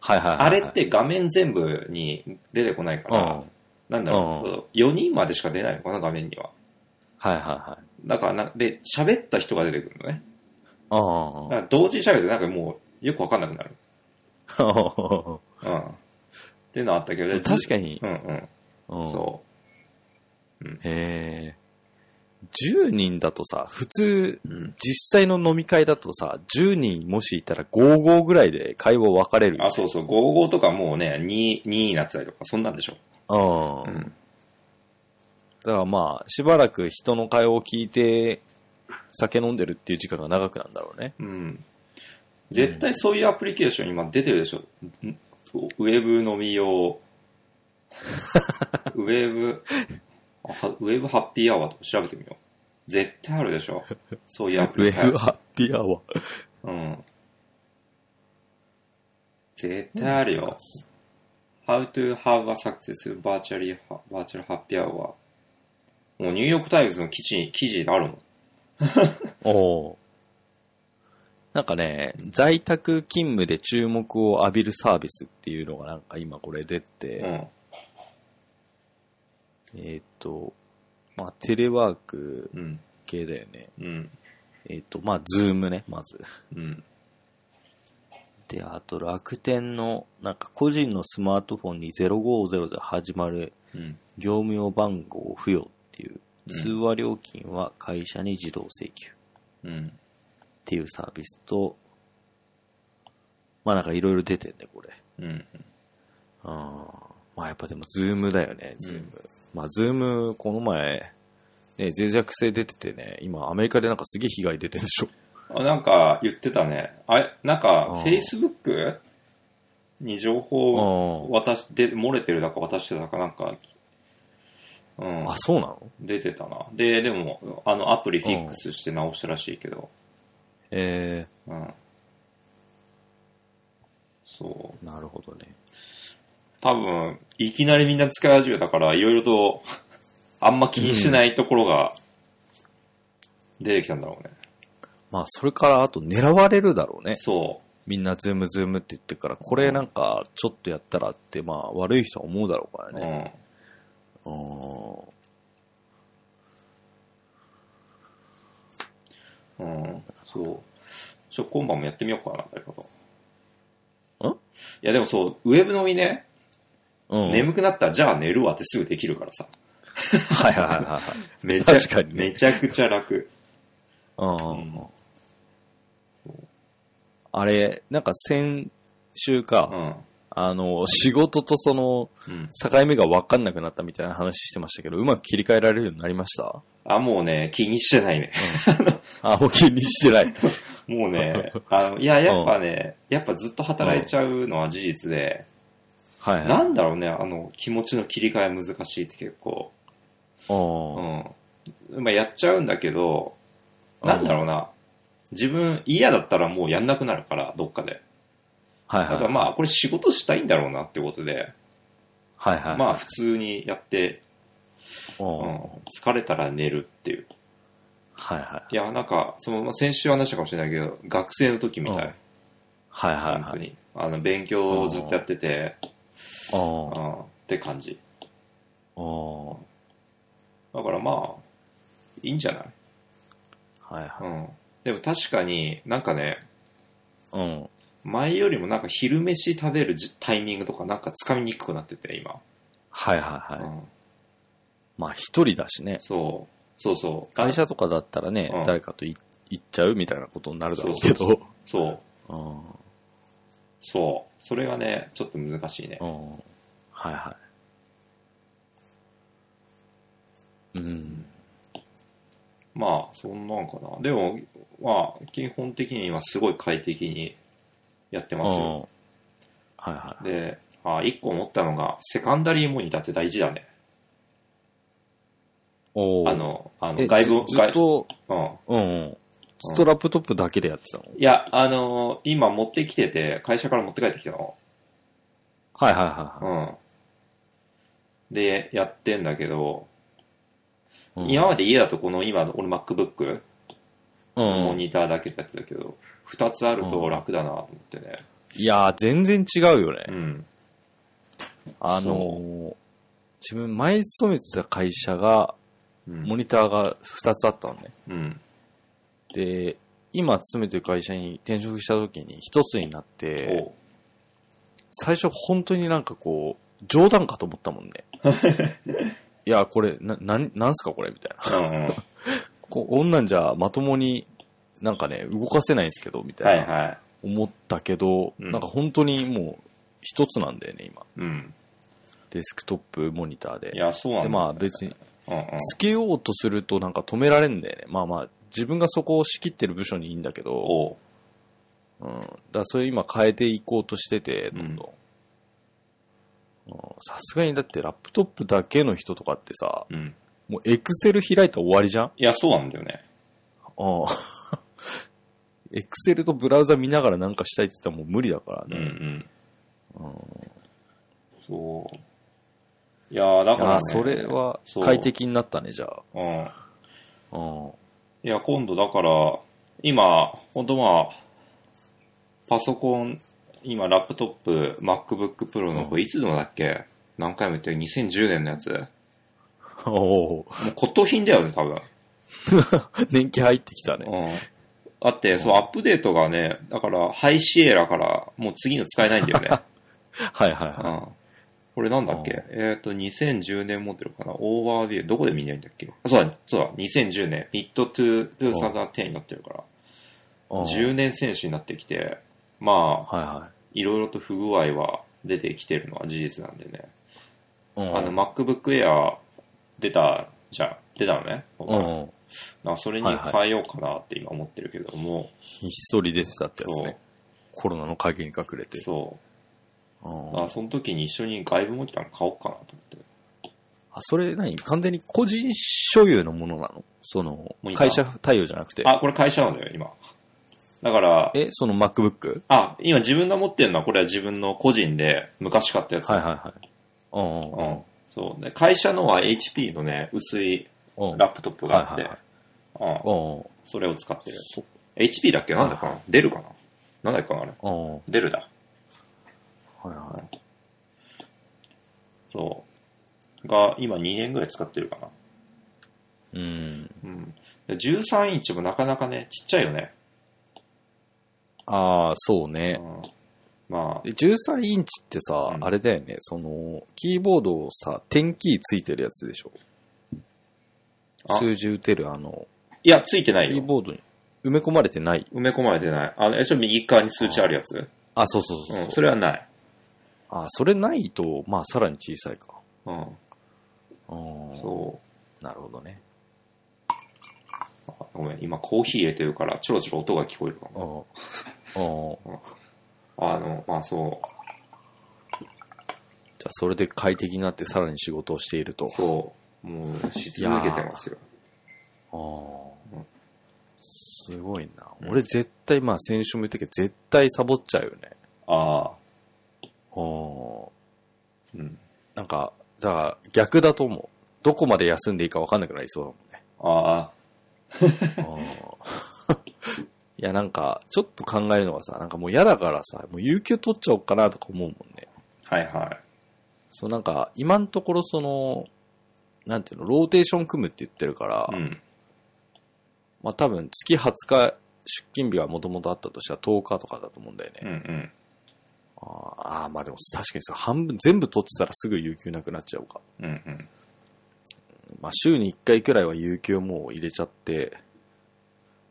はいはいはいはい。
あれって画面全部に出てこないか
うん。
ら、なんだろう、4人までしか出ないのかな、画面には。
はいはいはい。
だからな、で、喋った人が出てくるのね。
うん
だから同時に喋って、なんかもう、よくわかんなくなる。うん。っていうのはあったけど、でず
確かに。
うん
う
うんん。そ
へえ。10人だとさ、普通、
う。うん。
実際の飲み会だとさ、10人もしいたら55ぐらいで会話分かれるよね
あ、そうそう、55とかもうね、2、2になってたりとか、そんなんでしょ。
う。
うんん。
だからまあ、しばらく人の会話を聞いて、酒飲んでるっていう時間が長くなんだろうね。
うん。絶対そういうアプリケーション今出てるでしょ。んウェブ飲み用。ウェブ、あはウェブハッピーアワーとか調べてみよう。絶対あるでしょ。そういうアプ
ウ
リ
ェブハッピーアワー。
うん。絶対あるよ。How to have a successful virtually, virtual happy hour. もうニューヨークタイムズの記事、記事あるもん。
おおー。なんかね、在宅勤務で注目を浴びるサービスっていうのがなんか今これ出て、
うん。
えーっ、と、まあ、テレワーク
うん。
系だよね。
うん。
えーっ、と、まあ、ズームね、まず。
うん。
で、あと楽天の、なんか個人のスマートフォンに0500で始まる
うん。
業務用番号を付与っていう、
うん
通話料金は会社に自動請求っ
うん。
ていうサービスと、まあなんかいろいろ出てんね、これ。
うん。
うん。まあやっぱでもズームだよね、ズーム。まあズーム、この前、ね、脆弱性出ててね、今アメリカでなんかすげえ被害出てるでしょ。
あなんか言ってたね。あれ、なんか
う、ん
Facebook に情報を
あ
渡し、で、漏れてるだか渡してたかなんか、うん
あ、、そうなの
出てたな。で、でも、あの、アプリフィックスして直したらしいけど、
え
うん。そう。
ー、なるほどね。
多分、いきなりみんな使い始めたから、いろいろと、 あんま気にしないところが、出てきたんだろうね。
まあそれからあと狙われるだろうね。
そ
みんなズームズームって言ってるから、これなんかちょっとやったらって、まあ悪い人は思うだろうか
う。
らね。
うん。
あー
うん、そう。ちょ、今晩もやってみようかな、誰かと。
ん
いや、でもそう、ウェブ飲みね、
うん。
眠くなった、じゃあ寝るわってすぐできるからさ。
はいはいはいはい。
めちゃ
確かにね
めちゃくちゃ楽。
うん
んそう
あれ、なんか先週
う
か、
ん。
あの、仕事とその、
うん。
境目が分かんなくなったみたいな話してましたけど、うまく切り替えられるようになりました
あ、もうね、気にしてないね。
あ、もう気にしてない。
もうね、あの、いや、やっぱね、やっぱずっと働いちゃうのは事実で、
はいはい。
なんだろうね、あの、気持ちの切り替え難しいって結構。
おー
うん。まあ、やっちゃうんだけど、なんだろうな。自分嫌だったらもうやんなくなるから、どっかで。
はい
だから
はい。
まあ、これ仕事したいんだろうなってことで、
はいはい。
まあ、普通にやって、う
おー
ん、疲れたら寝るっていう。
はいはい。
いや、なんか、その、まあ先週話したかもしれないけど、学生の時みた
うん
い。
はいはい
本
は
当
い。
に。あの、勉強をずっとやってて、
お
う
ー
ん、って感じ。
おー
だからまあ、いいんじゃない
はいは
うん。でも確かになんかね、
い。うん。
前よりもなんか昼飯食べるじタイミングとかなんか掴みにくくなってて、今。
はいはいは
う
い。
ん
まあ一人だしね。
そう。そうそう。
会社とかだったらね、
うん
誰かとい行っちゃうみたいなことになるだろうけど。
そう。
うん
そう。それがね、ちょっと難しいね
う。ん。はいはい。うん。
まあ、そんなんかな。でも、まあ、基本的にはすごい快適にやってますよ。
うんはいはい。
で、あ一個思ったのが、セカンダリーモニターって大事だね。
おー
あ、の、あの
え
外部、
ずずっ
外
と、
う
う
ん。
んうん。ずっとラップトップだけでやってたの
いや、あのー今持ってきてて、会社から持って帰ってきたの。
はいはいはいは
うん。で、やってんだけど、
い。うん
今まで家だとこの今の俺 MacBook、
うん
モ
うん。
ニターだけだったけど、二つあると楽だなと思ってね。
いやー、全然違うよね。
うん。
あのー自分前勤めてた会社が、
う
モ
ん。
ニターが2つあったのね。
うん。
で、今勤めてる会社に転職した時に1つになって、
おう
最初本当になんかこう、冗談かと思った もんね。いや、これ、な、なん、なんすかこれみたいな。
うん うん。
こう、女んじゃまともになんかね、動かせないんですけど、みた
はいい
な。
は
思ったけど、
うん
なんか本当にもう、一つなんだよね、今。
い。うん。
デスクトップ、モニターで。
いや、そうなんだ。
で、まあ別に、
うんうん。
つけようとするとなんか止められんだよね。まあまあ、自分がそこを仕切ってる部署にいいんだけど、
おう
うん。だからそれ今変えていこうとしてて、どんどん。うんさすがにだってラップトップだけの人とかってさ、
うん。
もうエクセル開いたら終わりじゃん
いや、そうなんだよね。
ああ。 エクセルとブラウザ見ながらなんかしたいって言ったらもう無理だから
うんう
ね。
ん。
うん。
そう。いや、だ
い
から、
や
ね
ー、それは
そう
快適になったね、じゃあ。
うん。
うん。
いや、今度だから、今、ほんとまあ、パソコン、今、ラップトップ、MacBook Pro の、
うん
これいつのだっけ何回も言ってる2010年のやつ。もう
おお、
骨董品だよね、多分。
年季入ってきたね。
うん。だって、そう、アップデートがね、だから、ハイシエラから、もう次の使えないんだよ ね。
はいはいは
うん。これなんだっけえっ、と、2010年モデルかなオーバービュー。どこで見ないんだっけあそうだ、そうだ、2010年。ミッドトゥー2010になってるから。
い。うん
10年選手になってきて、まあ、
はいはい
ろいろと不具合は出てきてるのは事実なんでね。
い。うん
あの、MacBook Air 出たじゃん。出たのね。
うん。
なんかそれに
はいはい
変えようかなって今思ってるけども、
ひっそり出てたってやつね。コロナの陰に隠れて。
そうう。
ん
だからその時に一緒に外部モニターも買おうかなと思って。
あ、それ何完全に個人所有のものなのその
モニ、ター
会社対応じゃなくて。
あ、これ会社なのよ、今。だから、
え、その MacBook?
あ、今自分が持ってるのはこれは自分の個人で昔買ったやつ。
はいはいはい。うんう
うんん。そう。で会社のは HP のね、薄い
うん。うん。
ラップトップがあって、
はいはい
うん、
うん。
それを使ってる。
そ
HP だっけなんだかな出るかななんだっけかなあれ。
うん。はい
出るだ。
はい。
そが今2年ぐらい使ってるかな。
うん。
うん。で13インチもなかなかね、ちっちゃいよね。
ああ、そう
う
ね。
ん、まあ、
13インチってさ、
うん
あれだよね、その、キーボードをさ、点キーついてるやつでしょ。
あ
数字打てるあの、
いや、ついて
キ
ない
ー
よ。
ボードに埋め込まれてない。
埋め込まれてない。あの、え、それ右側に数値あるやつ
あ、そうそうそうそう
う、ん、それはない。
あ、それないと、まあ、さらに小さいか。
うん、
うん。
そ
なるほどね。
う。あごめん、今コーヒー入れてるから、ちょろちょろ音が聞こえるかも。
うん。うん。
あの、まあそう。
じゃあ、それで快適になってさらに仕事をしていると。
そう。もう、し続けてますよ。
ああ
うん。
すごいな。
うん
俺絶対、まあ先週も言ったけど、絶対サボっちゃうよね。
ああ。
うん。
うん。
なんか、だから逆だと思う。どこまで休んでいいか分かんなくなりそう
あ
だもんね。うん いや、なんか、ちょっと考えるのがさ、なんかもう嫌だからさ、もう有給取っちゃおうかなとか思うもんね。
あ。はいはい。
そう、なんか、今のところその、なんていうの、ローテーション組むって言ってるから、
うん。
まあ多分月20日出勤日はもともとあったとしたら10日とかだと思うんだよね。
うんうん。
ああ、まあでも確かにそれ半分、全部取ってたらすぐ有給なくなっちゃうか。
うんうん。
まあ週に1回くらいは有給もう入れちゃって、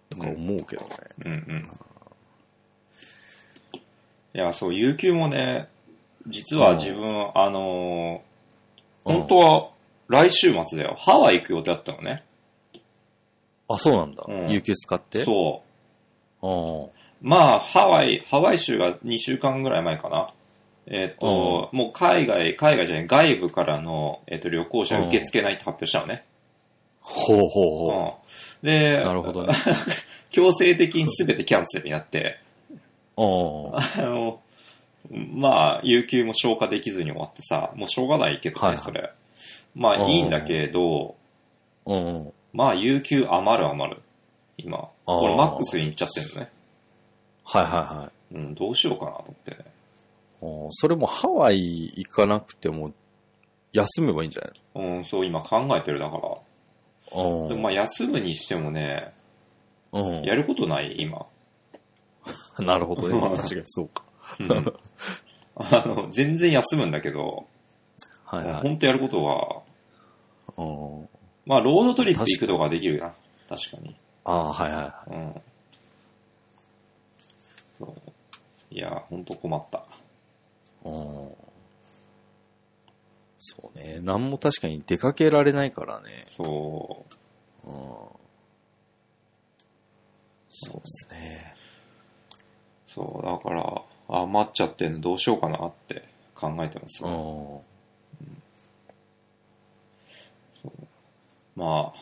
とか思うけどね。
うんうん。いや、そう、有給もね、実は自分、あのー本当
うん
は来週末だよ。ハワイ行く予定だったのね。
あ、そうなんだ。
うん
有給使ってう。
そ
うん。
う。まあ、ハワイ、ハワイ州が2週間ぐらい前かな。えっ、と、もう海外、海外じゃない、外部からの、えっと旅行者受け付けないって発表したのね。
ほうほうほ
うん。で、
う。なるほどね。
強制的に全てキャンセルになって、
うん。
あの、まあ、有給も消化できずに終わってさ、もうしょうがないけどね、
はいはい
それ。まあ、
うん
いいんだけど、
うん。
まあ、有給余る余る。今。
あー
これマックスに行っちゃってるのね。
はいはいはい。
うん、どうしようかなと思ってね。
うんそれもハワイ行かなくても、休めばいいんじゃない
うん、そう、今考えてるだから。
の
でもまあ、休むにしてもね、
うん。
やることない、今。
なるほどね。まあ確かにそうか。
うん、あの、全然休むんだけど、
はいはい。
本当やることは、
うん。
まあ、ロードトリップ行くとかできるな。確かに。
ああ、はいはいはい。
うん。そう。いや、ほんと困った。
うんそうね。何も確かに出かけられないからね。
そう。
うん。そうですね。
そう、だから、あ、待っちゃってんのどうしようかなって考えてます。
うん。
ま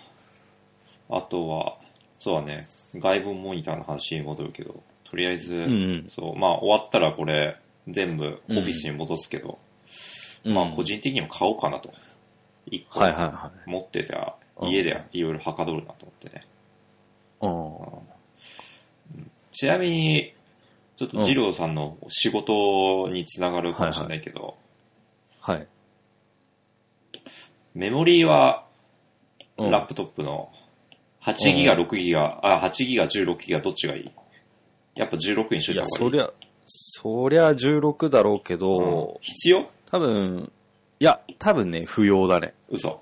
あ、あとは、そうだね、外部モニターの話に戻るけど、とりあえず、
うん
そう、まあ終わったらこれ、全部オ
うん
フィスに戻すけど、
うん。
まあ個人的にも買おうかなと。一個
はいはいは
持ってては、
うん
家でいろいろはかどるなと思ってね。
い。うん。
ちなみに、ちょっと二郎さんの仕事につながるかもしれないけど、
はい。
メモリーは
うん
ラップトップの8ギガ、6ギガ、あ、8ギガ、16ギガ、どっちがいいやっぱ16にしと
い
いた
や、
方
そ
がいい。
りゃ、そりゃ16だろうけど、
必要
多分、いや、多分ね、不要だね。
嘘。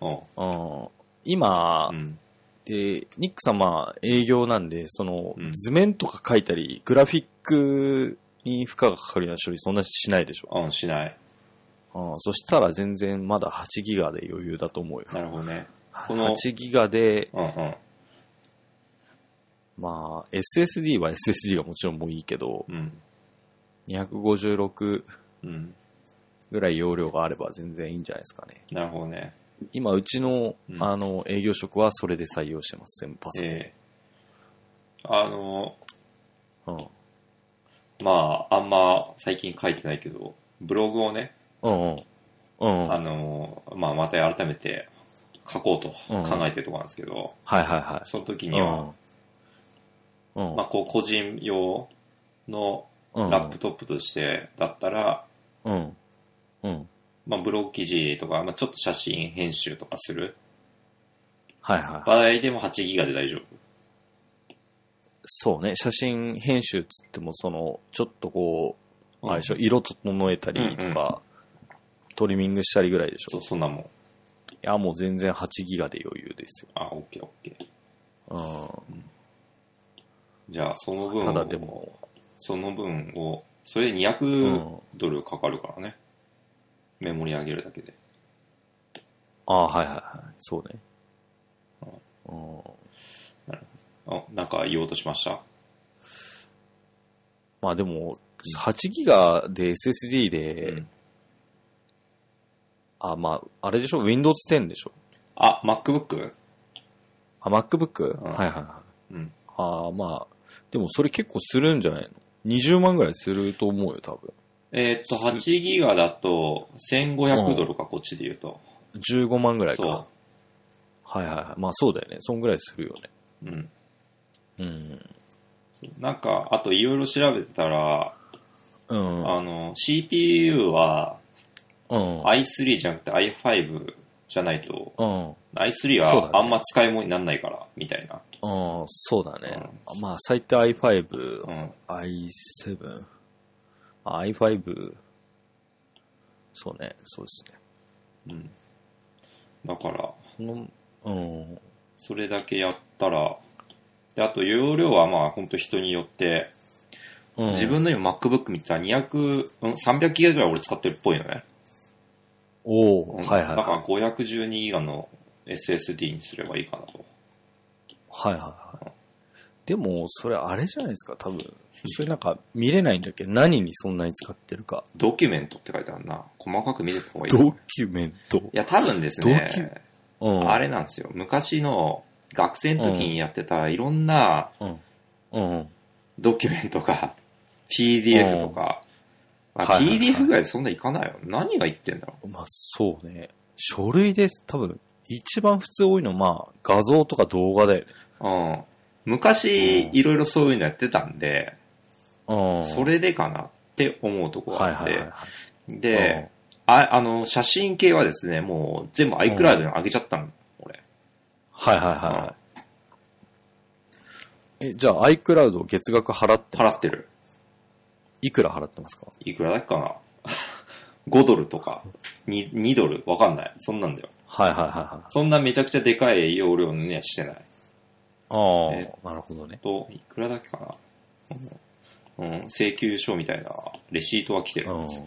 うん。
うん。今、
うん。
で、ニック様営業なんで、その、
うん
図面とか書いたり、グラフィックに負荷がかかるような処理そんなしないでしょ。
うん、しない。
うん、そしたら全然まだ8ギガで余裕だと思うよ。
なるほどね。こ の
8ギガで、
うんうん。
まあ、SSD は SSD がもちろんもういいけど、
うん。
256
うん。
ぐらい容量があれば全然いいんじゃないですかね。
なるほどね。
今、うちの、
うん
あの、営業職はそれで採用してます、全部パソ
ええあの、
コン。
まあ、あんま最近書いてないけど、ブログをね、
うん。うんうん。うんうん。
あ
はい
の、まあ、また改めて書こうと
うん
考えてるところなんですけど、
はいは
その時
い。
には、
うん。うん。
まあ、こう個人用の
うん
ラップトップとしてだったら、
うん。うん。
まあ、ブログ記事とか、まあ、ちょっと写真編集とかする
はいはい。
場合でも8ギガで大丈夫。
そうね、写真編集っつっても、その、ちょっとこう、
うん
あれでしょ、色整えたりとか、
う
トリミングしたりぐらいでし
そ
ょ。
う、
い
そんなもん。
や、もう全然8ギガで余裕ですよ。
あ、オッケーオッケー。
う
じゃあ、その分
ん。
を
ただでも、
その分を、それで
うん
200ドルかかるからね。メモリ上げるだけで。
ああ、はいはいはい。そうね。うん。
あ、なんか言おうとしました
まあでも、8ギガで SSD で、
うん
あ、まあ、あれでしょ ?Windows 10でしょ
あ、MacBook?
あ、MacBook?、
う
は
ん
いはいは
うん。
い。ああ、まあ、でもそれ結構するんじゃないの ?20 万ぐらいすると思うよ、多分。
えーっと、8ギガだと、1500ドルか、こっちで言うと。
15万ぐらいか。
そ
はいはいはい。まあそうだよね。そんぐらいするよね。
う。
う
うん。
ん。
なんか、あと、いろいろ調べてたら、
うん。
あの、CPU は
うん。
i3 じゃなくて i5 じゃないと、
うん。
i3
そうだね
はあんま使い物にならないから、みたいな。
うん。そうだね。まあ最低 i5、
うん。
i7、あ i5、そうね、そうですね。
うん。だから、
この、うん、
それだけやったら、で、あと容量はまあ本当人によって、
うん。
自分の今 MacBook 見たら200、うん、300ギガぐらい俺使ってるっぽいのね。
おお、
うん
はいはい
だか
は
ら512ギガの SSD にすればいいかなと。
い。はいはいはい。でも、それあれじゃないですか、多分。それなんか見れないんだっけ何にそんなに使ってるか。
ドキュメントって書いてあるな。細かく見てた方がい い。
ド
い
キュメント。
や、多分です
ドキュ
ね、
うん。
あれなんですよ。昔の学生の時にやってたいろんな
うん。うん。
ドキュメントが、PDF とか、まあ
はいはいはい
PDF ぐらいそんないかないよ。何が言ってんだろう。
まあ、そうね。書類で多分、一番普通多いのは、まあ、画像とか動画だよね。
うん、昔、
うん
いろいろそういうのやってたんで、
うん。
それでかなって思うとこが
はい
あっ
はいはい
て
は、い。
で、ああの、写真系はですね、もう全部 iCloud に上げちゃったの、俺。
はいはいはいはい。え、じゃあ iCloud を月額払って、
払ってる。
いくら払ってますか
いくらだっけかな ?5 ドルとか、2, 2ドルわかんない。そんなんだよ。
はいはいはいはい。
そんなめちゃくちゃでかい容量にはしてない。
ああ、
え
なるほどね。
と、いくらだっけかな、うん、うん請求書みたいな、レシートは来てる
うんん
です。。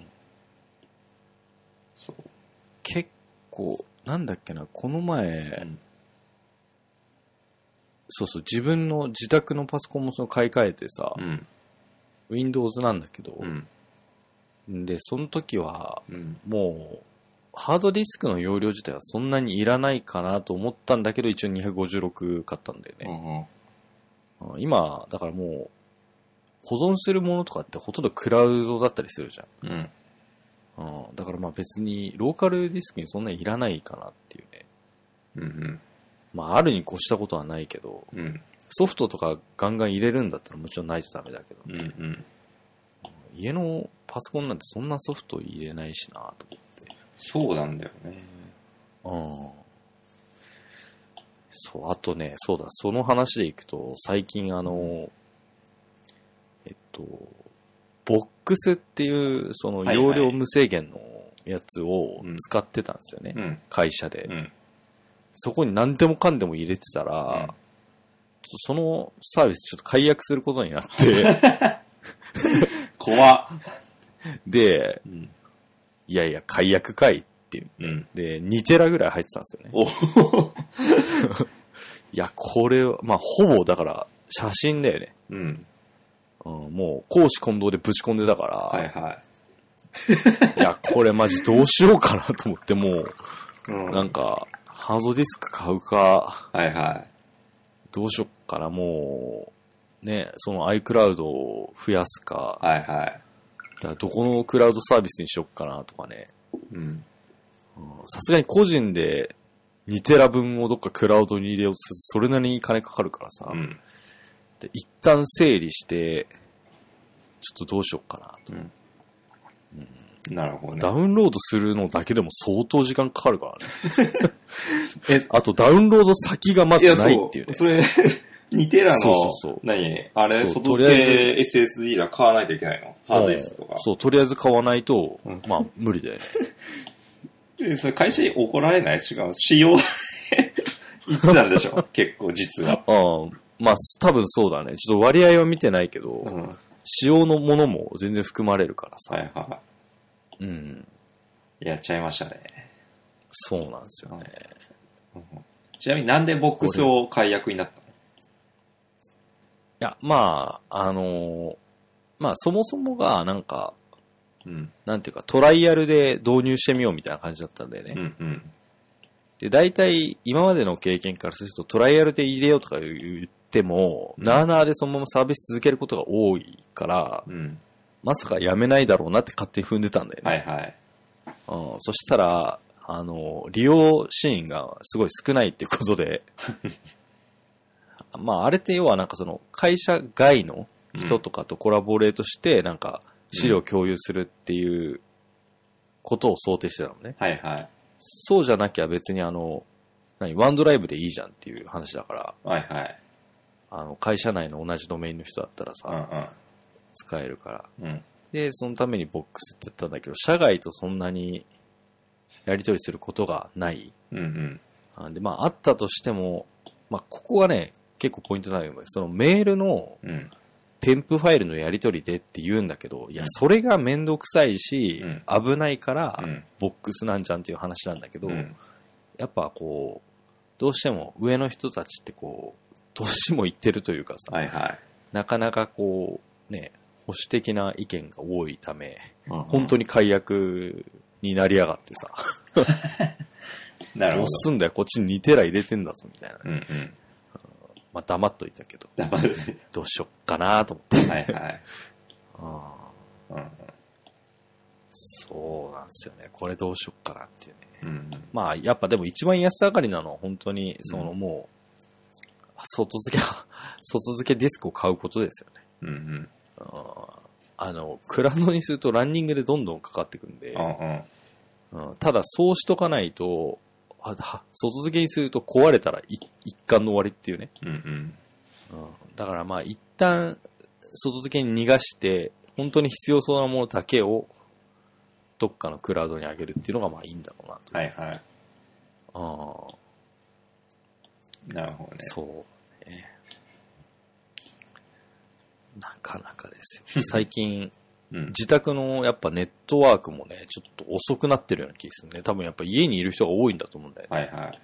そう。
結構、なんだっけな、この前、
ん
そうそう、自分の自宅のパソコンもその買い替えてさ、
うん。
Windows なんだけど、
うん。
で、その時は、
うん。
もう、ハードディスクの容量自体はそんなにいらないかなと思ったんだけど、一応256買ったんだよ
う
ね。
んうん
うん今、だからもう、保存するものとかってほとんどクラウドだったりするじゃん。
うん。
うん、だからまあ別に、ローカルディスクにそんなにいらないかなっていうね。
うん。
まああるに越したことはないけど、
うん。うん。
ソフトとかガンガン入れるんだったらもちろんないとダメだけど、
うん。うん。
家のパソコンなんてそんなソフト入れないしなと
そうなんだよね。
うんそう、あとね、そうだ、その話でいくと、最近あの、えっと、ボックスっていう、その
はいはい
容量無制限のやつを使ってたんですよね、
うん。
会社で。
うん。
そこに何でもかんでも入れてたら、
うん
ちょっとそのサービスちょっと解約することになっ て、
怖っ。
で、
うん。
いやいや、解約かいっていう。
うん。
で、2テラぐらい入ってたんですよね。
お
いや、これは、まあ、ほぼ、だから、写真だよね。
うん。
うん、もう、公私混同でぶち込んでたから、
はい
い、
は
や、これマジどうしようかなと思って、も
い。う
う、
ん。
なんか、ハードディスク買うか、
はいは
どうしよっかな、もう、ね、その iCloud を増やすか
い。、はいは
だからどこのクラウドサービスにしよっかなとかね。
い。うん。
うんさすがに個人で2テラ分をどっかクラウドに入れようとすると、それなりに金かかるからさ、
うん。
で一旦整理して、ちょっとどうしようかなと。
うんなるほどね
ダ。ウンロードするのだけでも相当時間かかるからね。
え
あとダウンロード先がま
い
ず
や、
ない
そ
っていうね
う。。それ、2テラの、
そうそうそう
何あれ、
そう
外付け SSD ら買わないといけないのハードディスクとか
うん。そう、とりあえず買わないと、
うん
まあ無理だよね。
で、それ会社に怒られないしかも、使用 言ってたんで しょ結構、実は。
うん。まあ多分そうだね。ちょっと割合は見てないけど、
うん。はい
使用のものも全然含まれるからさ。
は
うん。
い。やっちゃいましたね。
そうなんですよね。
ちなみになんでボックスを解約になったの
いや、まあ、あのーまあそもそもがなんか、
うん。
なんていうかトライアルで導入してみようみたいな感じだったんだよね。
うんうん。
で、大体、今までの経験からすると、トライアルで入れようとか言っても、
うん
なあなあでそのままサービス続けることが多いから、
うん。
まさかやめないだろうなって勝手に踏んでたんだよね。
はいはい。
うん、そしたら、あの、利用シーンがすごい少ないっていうこと で、まあ、あれって要はなんかその、会社外の人とかとコラボレートして、なんか、資料共有するっていうことを想定してたのね。
はいはい。
そうじゃなきゃ別にあの、何、ワンドライブでいいじゃんっていう話だから、
はいはい。
あの、会社内の同じドメインの人だったらさ、使えるから。
うんうん。
で、そのためにボックスって言ったんだけど、社外とそんなにやり取りすることがない。
うんうん。
あで、まあ、あったとしても、まあ、ここがね、結構ポイントなのよ。そのメールの
うん。
添付ファイルのやり取りでって言うんだけど、いや、それがめんどくさいし、危ないから
う、ん。
ボックスなんじゃんっていう話なんだけど、
うん。
やっぱこう、どうしても上の人たちってこ う、年もいってるというかさ、
はいはい。
なかなかこう、ね、保守的な意見が多いため、本
本
当に解約になりやがってさ、
なる
ど
ほ
うすんだよ、こっちに2テラ入れてんだぞ、みたいな。
ど。うんうん。
まあ黙っといたけど、
黙る。
どうしよっかなと思って。
はいはい。
あー
うん
そうなんですよね。これどうしよっかなっていうね。
うん。
まあ、やっぱでも一番安上がりなのは本当に、そのもう、外付け、 外付けディスクを買うことですよね。
うんうん。
あの、クラウドにするとランニングでどんどんかかってくんで
う、んうん。
うん、ただそうしとかないと、あだ外付けにすると壊れたら一一貫の終わりっていうね。
うんうん。
うん、だからまあ一旦外付けに逃がして、本当に必要そうなものだけをどっかのクラウドに上げるっていうのがまあいいんだろうなと。
はいはい。
うん
なるほどね。
そうね。なかなかですよ。 最近、
うん
自宅のやっぱネットワークもね、ちょっと遅くなってるような気がするね。多分やっぱ家にいる人が多いんだと思うんだよね。
はいはい。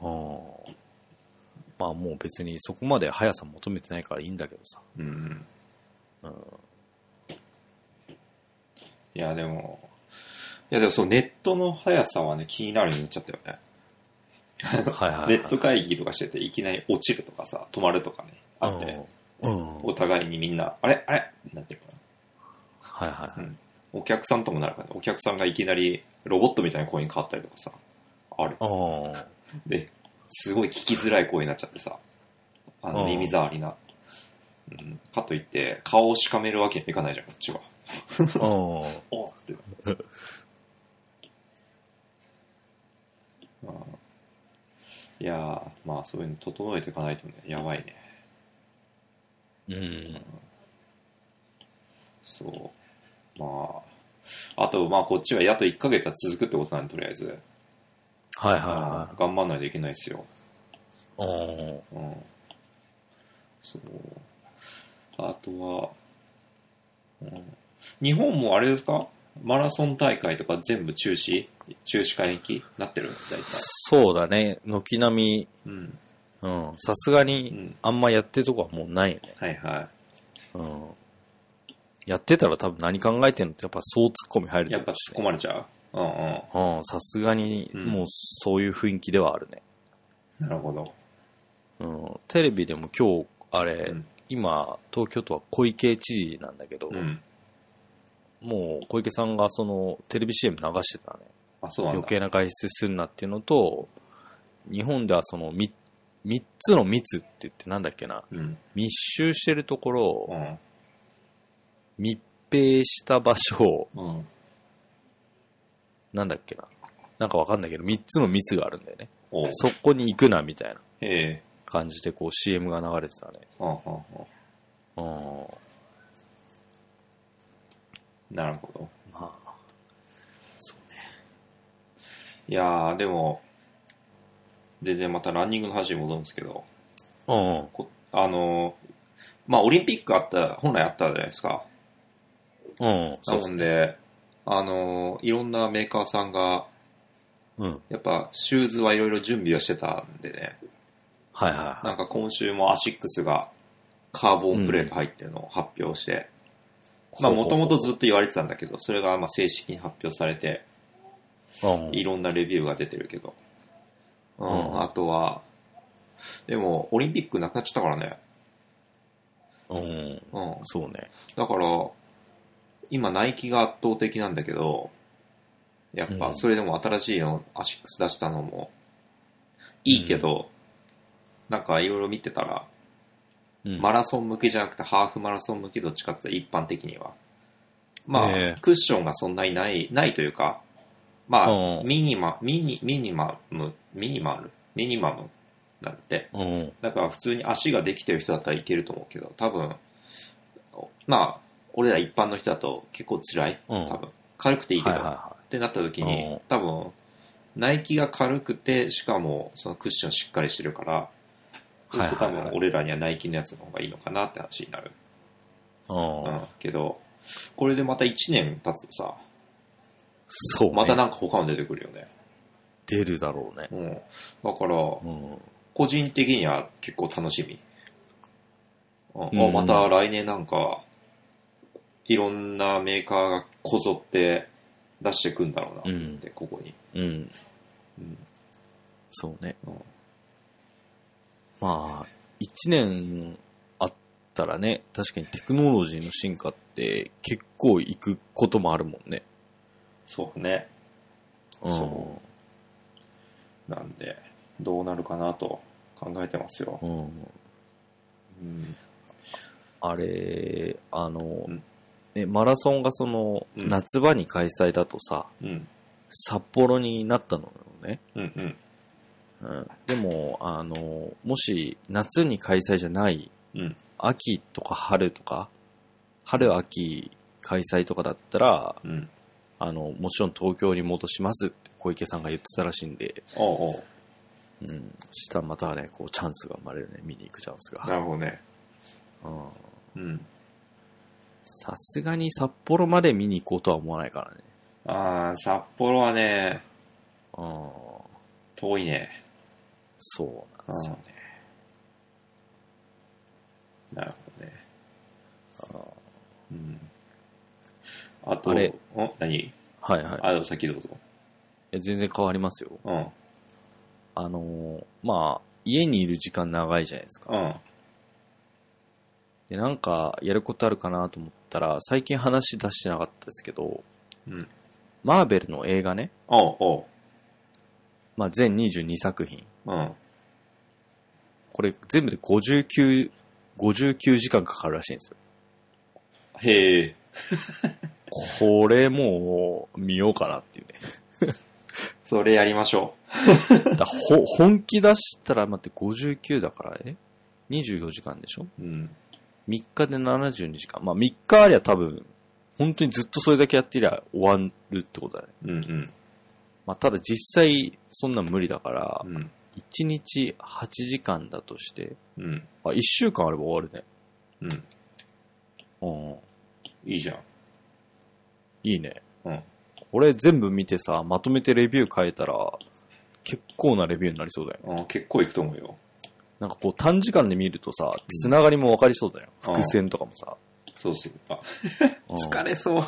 うんまあもう別にそこまで速さ求めてないからいいんだけどさ。
うんう
う
ん。
ん、
いや、でも、いや、でもそう、ネットの速さはね、気になるようになっちゃったよね。
はいはいはい。
ネット会議とかしてて、いきなり落ちるとかさ、止まるとかね、あって、
うん。うん。はい
お互いにみんな、あれあれってなってるから。
はいはい。
お客さんともなるから、お客さんがいきなりロボットみたいな声に変わったりとかさ、あれ
うん。
で、すごい聞きづらい声になっちゃってさ、あ
う
の
ん
耳障りな。うん、かといって、顔をしかめるわけにもいかないじゃん、こっちは。
うん。
おっって。まあいやー、まあそういうの整えていかないとね、やばいね。
うん。
そう。まあ、あと、まあこっちはやっと1ヶ月は続くってことなんで、とりあえず。
はい
あ
は
ー頑張んないといけないですよ。
いはい。うん。
うん。そう。あとは、うん、日本もあれですかマラソン大会とか全部中止中止会になってる大体。
そうだね。軒並み、
うん。
うん。さすが
う
に、
ん。
あんまやってるとこはもうないよね。
はいは
うん。やってたら多分何考えてんのってやっぱそう突っ込み入る
い。やっぱ突っ込まれちゃう。うんう
込うん。さすがに、
うん
もうそういう雰囲気ではあるね。
ん。なるほど。
うん、テレビでも今日、あれ、
うん
今、東京都は小池知事なんだけど、
うん。
もう小池さんがそのテレビ CM 流してたね。
あ、そうなん
余
だ。
計な外出すんなっていうのと、日本ではそのみ三つの密って言ってなんだっけな、
うん。
密集してるところ
う
を
ん。
密閉した場所を
うん。
なんだっけな。なんかわかんないけど、3つの密があるんだよね。
おう
そこに行くな、みたいな
ええ
感じで、こう CM が流れてたね。
はあはあ
う
は
ん。
あなるほど。
まあ、
いやー、でも、全然またランニングの話に戻るんですけど、
うんうん。
こあのー、まあ、オリンピックあった、本来あったじゃないですか。
うん。そう
なんで、あのー、いろんなメーカーさんが、
うん。
やっぱ、シューズはいろいろ準備をしてたんでね、
はいはいは
なんか今週もアシックスがカーボンプレート入ってるのを発表して、
い。
まあもともとずっと言われてたんだけど、それがまあ正式に発表されて、
うん、
いろんなレビューが出てるけど。う
うん
ん、あとは、でもオリンピックなくなっちゃったからね。
うん。
うん。
そうね。
だから、今ナイキが圧倒的なんだけど、やっ
う
ぱ
ん
それでも新しいの、アシックス出したのも、いいけど、なんかいろいろ見てたら、
うん。
マラソン向けじゃなくてハーフマラソン向けどっちかって言ったら一般的には。まあ、
ええ
クッションがそんなにない、ないというか、まあ、
うん
ミニマ、ミニ、ミニマム、ミニマル、ミニマムなんて。
うん。
だから普通に足ができてる人だったらいけると思うけど、多分、まあ、俺ら一般の人だと結構辛い。
うん。
多分。軽くていいけど、
はいはいは
ってなった時
う
に
ん、
多分、ナイキが軽くて、しかもそのクッションしっかりしてるから、そうすると多
はいはいは
分
い
俺らにはナイキのやつの方がいいのかなって話になる。
い。うん。
うん。けど、これでまた1年経つとさ、
そう、ね。
またなんか他の出てくるよね。
出るだろうね。
うん。だから、
うん。
個人的には結構楽しみ。うん
うん
あまた来年なんか、いろんなメーカーがこぞって出してくんだろうなと思って、ここに。
うん。
うん
そうね。
うん
まあ、一年あったらね、確かにテクノロジーの進化って結構行くこともあるもんね。
そうね。
うん。
そなんで、どうなるかなと考えてますよ。
うん。
うん。
あれ、あの、
うん
ね、マラソンがその、
うん
夏場に開催だとさ、
うん。
札幌になったのよね。
うん。うん。
うん。でも、あの、もし夏に開催じゃない
うん。
秋とか春とか、春秋開催とかだったら、
うん。
あの、もちろん東京に戻しますって小池さんが言ってたらしいんで、
おうおう
うん。そしたらまたね、こうチャンスが生まれるね、見に行くチャンス
な
が。
るほどね。
うん。
うん。
さすがに札幌まで見に行こうとは思わないからね。
ああ、札幌はね、
うん。
遠いね。
そうなんですよね。
なるほどね。うん。あと、
あれ
お何
はいはい。
あの、先どうぞ。
え全然変わりますよ。
うん。うん。
あのーまあ、家にいる時間長いじゃないですか。
あ
で、なんか、やることあるかなと思ったら、最近話出してなかったですけど、
うん
マーベルの映画ね、
おうおう。
まあ、全22作品。
うん。
これ、全部で59、59時間かかるらしいんですよ。
へえ。
これもう、見ようかなっていうね。
それやりましょ
だほ本気出したら、待って、59だから、え ?24 時間でしょ
う。うん。
3日で72時間。まあ3日ありゃ多分、本当にずっとそれだけやってりゃ終わるってことだね。
うんうん。
まあただ実際そんなん無理だから
う、ん。
1日8時間だとして、
うん。
あ、1週間あれば終わるね。
うん。
うん。
いいじゃん。
いいね。
うん。
俺全部見てさ、まとめてレビュー変えたら、結構なレビューになりそうだよ。
うん結構いくと思うよ。
なんかこう短時間で見るとさ、つながりもわかりそうだよ。
うん
伏線とかもさ。
そうそう。あ、
うん
疲れそう。
い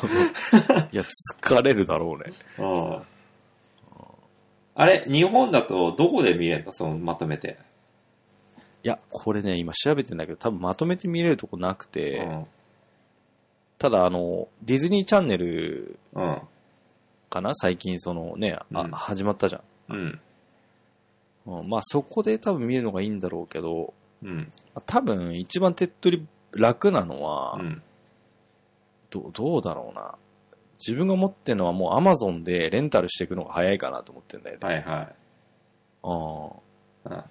や、疲れるだろうね。
うん。あれ、日本だとどこで見れるのそのまとめて。
いや、これね、今調べてんだけど、多分まとめて見れるとこなくて、
うん。
ただあの、ディズニーチャンネル
うん。
かな最近そのね、あ
うん
始まったじゃん。
うん。
うん、まあそこで多分見るのがいいんだろうけど、
うん。
多分一番手っ取り楽なのは、
うん。
どどうだろうな。自分が持ってるのはもう Amazon でレンタルしていくのが早いかなと思ってんだよね。
はいは
ああも
い。あ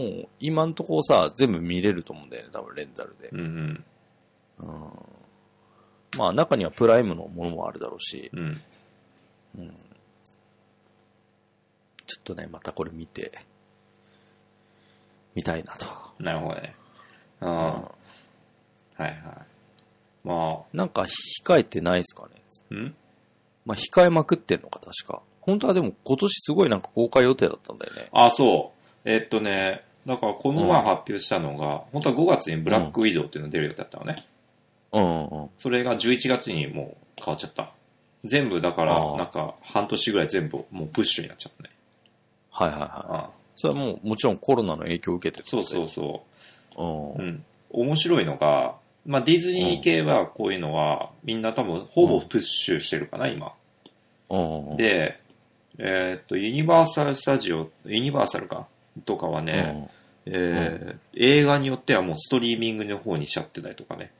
う今んとこさ、全部見れると思うんだよね、多分レンタルで。
うんうん。
うん。まあ中にはプライムのものもあるだろうし、
うん。
ちょっとね、またこれ見て、見たいなと。
なるほどね。ああ、はいはい。ま
なんか控えてないですかね。
あ、ん
まあ控えまくってんのか、確か。本当はでも今年すごいなんか公開予定だったんだよね。
あ、そう。えっとね、だからこの前発表したのが、本当は5月にブラックウィドウっていうの出る予定だったのね。
うんうんうん。
それが11月にもう変わっちゃった。全部だか
あ
ら、
あ
なんか半年ぐらい全部もうプッシュになっちゃったね。
はいはいはい。
ああ
それはもうもちろんコロナの影響を受けて。
そうそううそ
うん
う。うん。面白いのが、まあディズニー系はこういうのは、みんな多分ほぼプッシュしてるかな、今。
うんうん。
で、えーっと、ユニバーサル・スタジオ、ユニバーサルかとかは
う
ね、
ん、
えー映画によってはもうストリーミングの方にしちゃってたりとかね、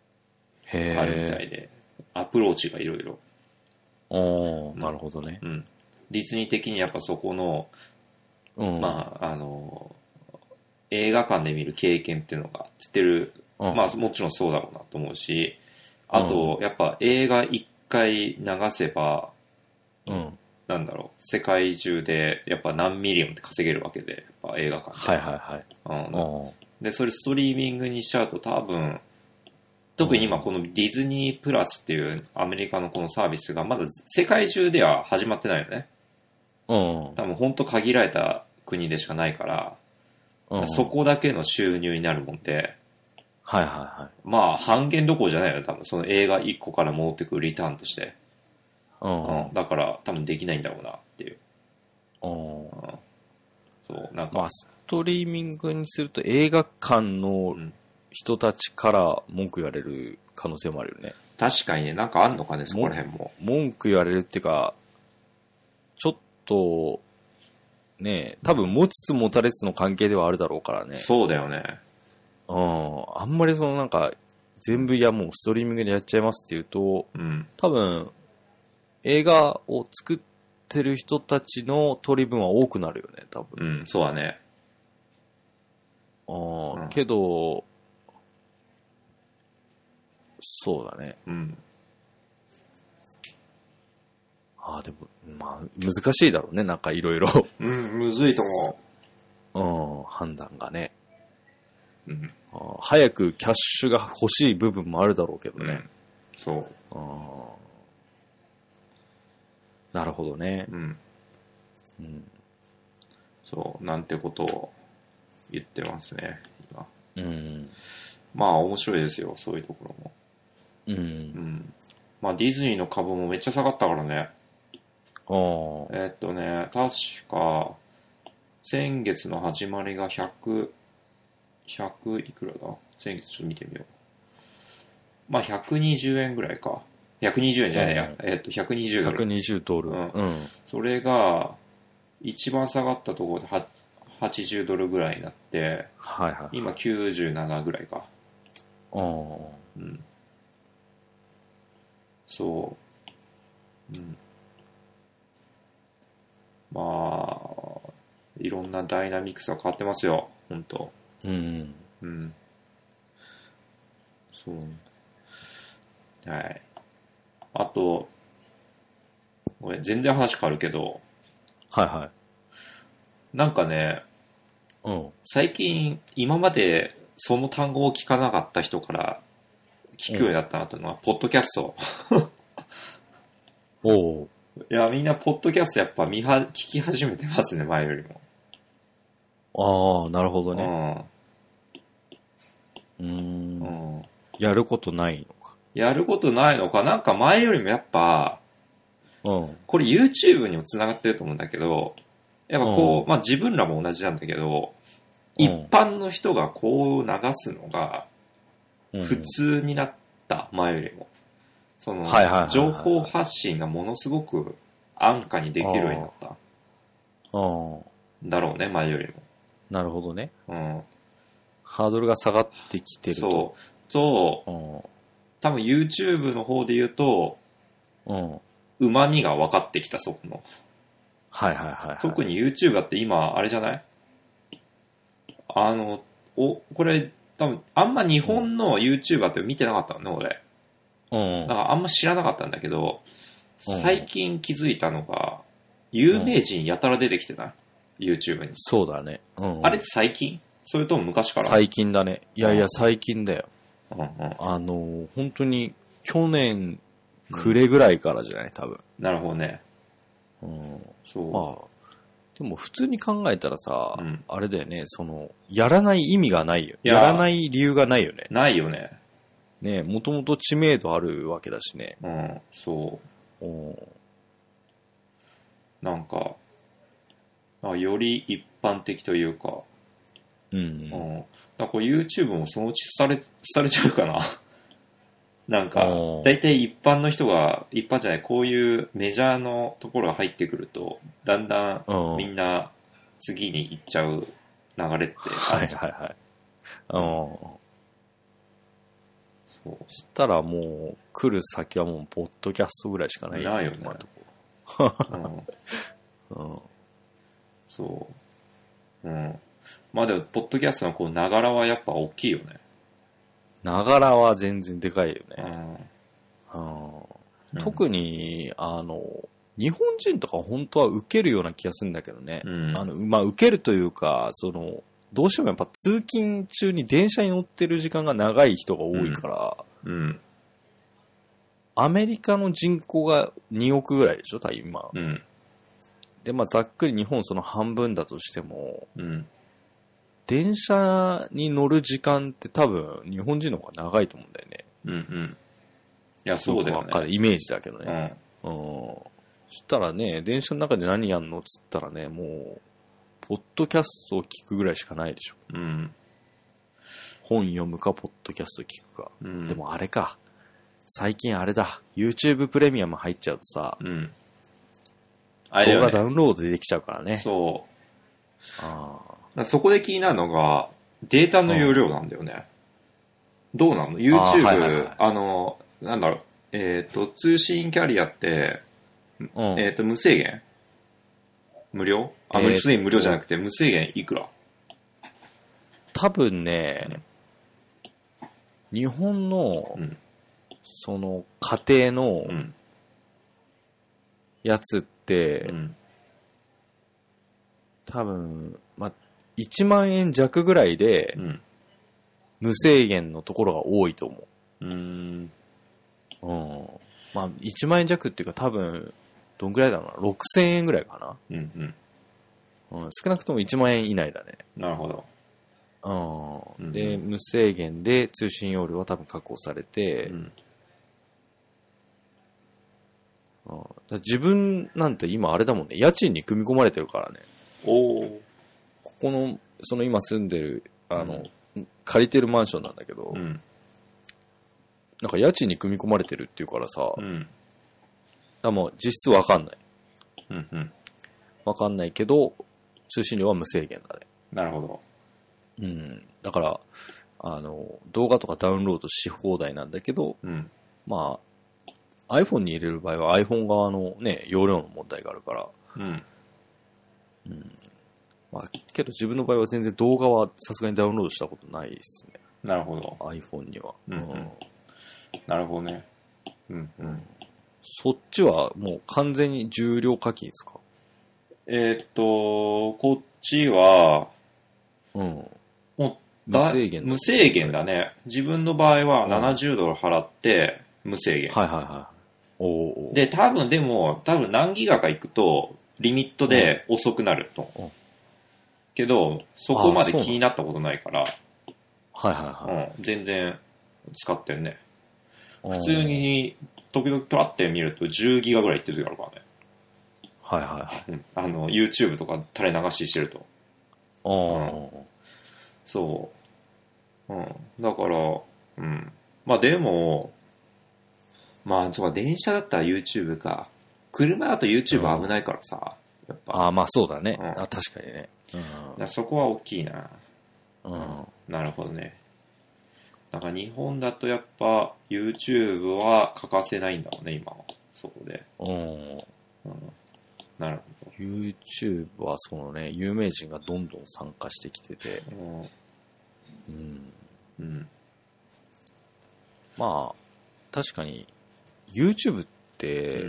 あるみた
へえ。
いで、アプローチがいろいろ。
おーなるほどね。
うん。ディズニー的にやっぱそこの、
うん。
まあ、あの、映画館で見る経験っていうのがつってる、
あうん、
まあもちろんそうだろうなと思うし、あと、やっぱ映画一回流せば、
うん。
なんだろう、世界中でやっぱ何ミリオンって稼げるわけで、やっぱ映画館で。
はいはいはい。
うん
うん。
で、それストリーミングにしちゃうと多分、特に今このディズニープラスっていうアメリカのこのサービスがまだ世界中では始まってないよね。
うん
多分ほんと限られた国でしかないから、
うん。
そこだけの収入になるもんで、
はいはいはい。
まあ半減どころじゃないよね、多分その映画1個から戻ってくるリターンとして。
う
うん、だから多分できないんだろうなっていう。
ん。うん。
そう、なんか、
まあ、ストリーミングにすると映画館の人たちから文句言われる可能性もあるよね。
確かにね、なんかあんのかね、そこら辺も。
文句言われるっていうか、ちょっと、ねえ多分持ちつ持たれつの関係ではあるだろうからね。
そうだよね。
うん。あんまりそのなんか、全部いやもうストリーミングでやっちゃいますっていうと、
うん。
多分、映画を作ってる人たちの取り分は多くなるよね、多分。
うん、そうだね。
あ
うん
あ、けど、そうだね。
うん。
ああ、でも、まあ、難しいだろうね。なんかいろいろ、
うん、むずいと
う
思
ん、判断がね。
う。うん。
ああ早くキャッシュが欲しい部分もあるだろうけど
ね
ね。、
そ
ああなるほどね
う、。うん、
うん。
そう、なんてことを言ってますね、今。
うん。
まあ、面白いですよ、そういうところも。
う。
うんん。まあ、ディズニーの株もめっちゃ下がったからね。
ああ
えーっとね、確か、先月の始まりが100、100いくらだ先月ちょっと見てみよう。まあ、120円ぐらいか。120円じゃないや。えーっと、120ドル。
120ドル。
う
うんん。
それが、一番下がったところでは80ドルぐらいになって、
はいはい。
今97ぐらいか。
ああ
うん。そう。うん。まあ、いろんなダイナミクスが変わってますよ。本当
うん。
うん。そう。はい。あと、ごめん、全然話変わるけど、
はいはい。
なんかね、
うん。
最近、今までその単語を聞かなかった人から聞くようになったなというのは、ポッドキャスト。
おお。
いや、みんな、ポッドキャストやっぱ見は、聞き始めてますね、前より
あ
も。
あ、なるほどね。う
うんん。。うん。
やることないのか。
やることないのか、なんか前よりもやっぱ、
うん。
これ YouTube にも繋がってると思うんだけど、やっぱこう、
うん
まあ自分らも同じなんだけど、
うん
一般の人がこう流すのが
うん
普通になった、前よりも。その
はいはいはいは、い
情報発信がものすごく安価にできるようになったん
ああ、
だろうね、前より
なるほどね。
も。
ハードルが下がってき
う
て
ん。
ると。
そう。と、
うん。
多分 YouTube の方で言うと、
うん。はい
旨味が分かってきた、そこの。
はいはい、はい。
特に YouTuber って今、あれじゃないあの、お、これ、多分、あんま日本の YouTuber って見てなかったのね、俺。
うん
だか。らあんま知らなかったんだけど、最近気づいたのが、有名人やたら出てきてない ?YouTube に。
そうだね。うん。
あれって最近それとも昔から
最近だね。いやいや、最近だよ。
うんうん。
あのー、本当に、去年、暮れぐらいからじゃない多分。
なるほどね。
うん。
そう。
まあ、でも普通に考えたらさ、
うん
あれだよね、その、やらない意味がないよ。
いや
やらない理由がないよね。
ないよね。
ねもともと知名度あるわけだしね。
うん、そ
うん。
う。なんか、あより一般的というか、
う
うんん。。なんか YouTube もそのうちされ、 されちゃうかな。なんか
お、ー
大体一般の人が、一般じゃない、こういうメジャーのところが入ってくると、だんだん
うん。
みんな次に行っちゃう流れってあ
は
る
い
じゃん。
はいはい。うん。
そう
そしたらもう、来る先はもう、ポッドキャストぐらいしかない
ないよね
今のと
うん
こ
そう。うん。まあでも、ポッドキャストのこう、ながらはやっぱ大きいよね。
うん。ながらは全然でかいよね。
う
うんん。特に、あの、日本人とか本当は受けるような気がするんだけどね。
うん。うん
あの、まあ、受けるというか、その、どうしてもやっぱ通勤中に電車に乗ってる時間が長い人が多いから、
うん。
アメリカの人口が2億ぐらいでしょ、多分今。
うん。
で、まあ、ざっくり日本その半分だとしても、
うん。
電車に乗る時間って多分日本人の方が長いと思うんだよね。
うん。うん。いや、そうだよ
くわか
ね。
るイメージだけど
う
ね。
ん。
うん。そしたらね、電車の中で何やんのっつったらね、もう、ポッドキャストを聞くぐらいしかないでしょ。
うん。
本読むか、ポッドキャスト聞くか。
うん。
で。もあれか。最近あれだ。YouTube プレミアム入っちゃうとさ、
うん。あれ
動
だ
画
よ
ダ
ね。
ウンロードでできちゃうからね。
そ
あ
う。
あ
だからそこで気になるのが、データの容量なんだよね。どうなの ?YouTube、あ,、
あーはいはいはい
の、なんだろう、えっ、と、通信キャリアって、
うん。
えっ、と、無制限無料あ、
えー
無制限無料じゃなくて、無制限いくら
多分ね、日本の、
うん
その、家庭
う
の
ん。
やつって、
うん。
多分、まあ、1万円弱ぐらいで
う、ん。
無制限のところが多いと思う。
うん。
うん。まあ、1万円弱っていうか多分、どんぐらいだろうな。6000円ぐらいか
うん。うん。
な。うん。少なくとも1万円以内だね。
なるほど。
う
うん
ん、で、無制限で通信容量は多分確保されて、
うん。
うんだから自分なんて今あれだもんね、家賃に組み込まれてるからね、
おー。
ここの、その今住んでる、あの、
うん
借りてるマンションなんだけど、
うん。
なんか家賃に組み込まれてるっていうからさ、
う
だか
ん。
らもう実質わかんない。
うん。うん。
わかんないけど、通信量は無制限だね。
なるほど。
うん。だから、あの、動画とかダウンロードし放題なんだけど、
うん。
まあ、iPhone に入れる場合は iPhone 側のね、容量の問題があるから、
うん。
まあ、けど自分の場合は全然動画はさすがにダウンロードしたことないですね。
なるほど。
iPhone には。
うんうんなるほどね。うん。うん。
そっちはもう完全に重量課金ですか
えーっと、こっちは、
うん。
もう
無
だ
制限だ
無制限だね。自分の場合は
うん
70ドル払って、無制限。
はいはいはい。おお。、
で、多分でも、多分何ギガか行くと、リミットで遅くなると。
うん
けど、そこ
あ
まで
そうなの
気になったことないから、
はいはいはい。
うん、全然使ってるね。
普
普通。に、時々プラって見ると10ギガぐらいいってる時あるからね。
はいはいはい。
うん、あの、YouTube とか垂れ流ししてると。
おー
そう。うん。だから、うん。まあでも、まあ、そうか、電車だったら YouTube か。車だと YouTube 危ないからさ、やっぱ。だか
ああ、まあそうだね。
うん
あ確かにね。
らそこは大きいな。
うん。うん。
なるほどね。だから日本だとやっぱ YouTube は欠かせないんだもんね、今は。そこで。
うん。
うん、なる
YouTube はそのね、有名人がどんどん参加してきてて、
ほど。
うん。
うん。
まあ、確かに、YouTube って、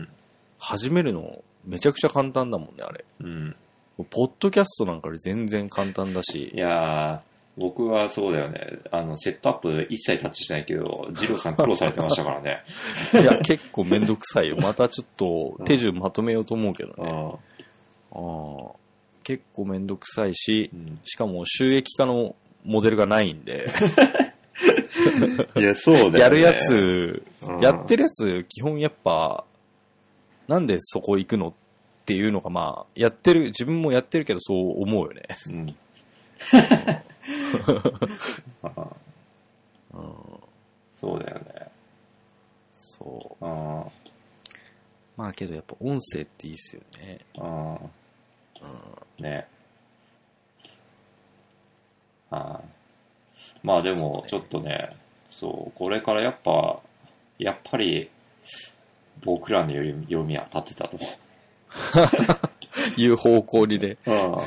始めるのめちゃくちゃ簡単だもんね、あれ。
うん。
ポッドキャストなんかより全然簡単だし
い、やー、僕はそうだよね。あの、セットアップ一切タッチしないけど、ジローさん苦労されてましたから ね。
いや、結構めんどくさいよ。またちょっと手順まとめようと思うけどね。
う
ああ結構めんどくさいし、
ん。
しかも収益化のモデルがないんで、
いや、そうだよね。
やるや、つ、
うん
やってるやつ、基本やっぱ、なんでそこ行くのっていうのが、まあ、やってる、自分もやってるけどそう思うよね。
うん。あー
うん、
そうだよね。
そう。
あ
まあけどやっぱ音声っていいっすよね。
あ、ああ、ね。ああ。まあでも、ちょっとね、そう、これからやっぱ、やっぱり、僕らの読み読みは立ってたと思う。
いう方向にね。
うんも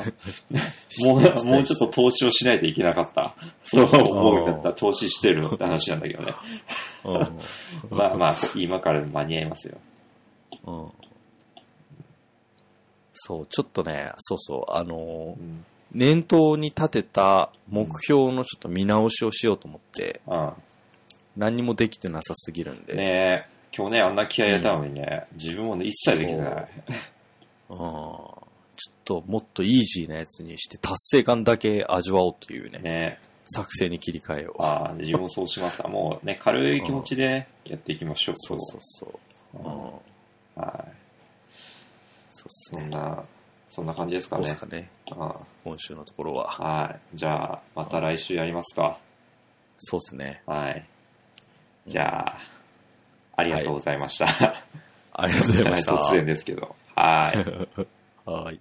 う、もうちょっと投資をしないといけなかった。そう思うようになったら投資してるのって話なんだけどね。
うん
まあまあ、今からでも間に合いますよ。
うんそう、ちょっとね、そうそう、あのー、
うん。
念頭に立てた目標のちょっと見直しをしようと思って、
うん
何にもできてなさすぎるんで、
ねえ、去年あんな気合い入れたのにね、自分もね、一切できてない。
うん、ちょっともっとイージーなやつにして達成感だけ味わおうというね、
ねえ、
作戦に切り替えよう。
ああ、自分もそうします。もうね、軽い気持ちでやっていきましょう。
そうそうそう。うん、
はい。
そうっす
そ
ね。
んな、そんな感じですか
どうっ
ね
す。かね、
うん
今週のところは。
はい。じゃあ、また来週やりますか。
そうっすね。
はい。じゃあ、ありがとうございました。
ありがとうございました。
突然ですけど。はい。
はい。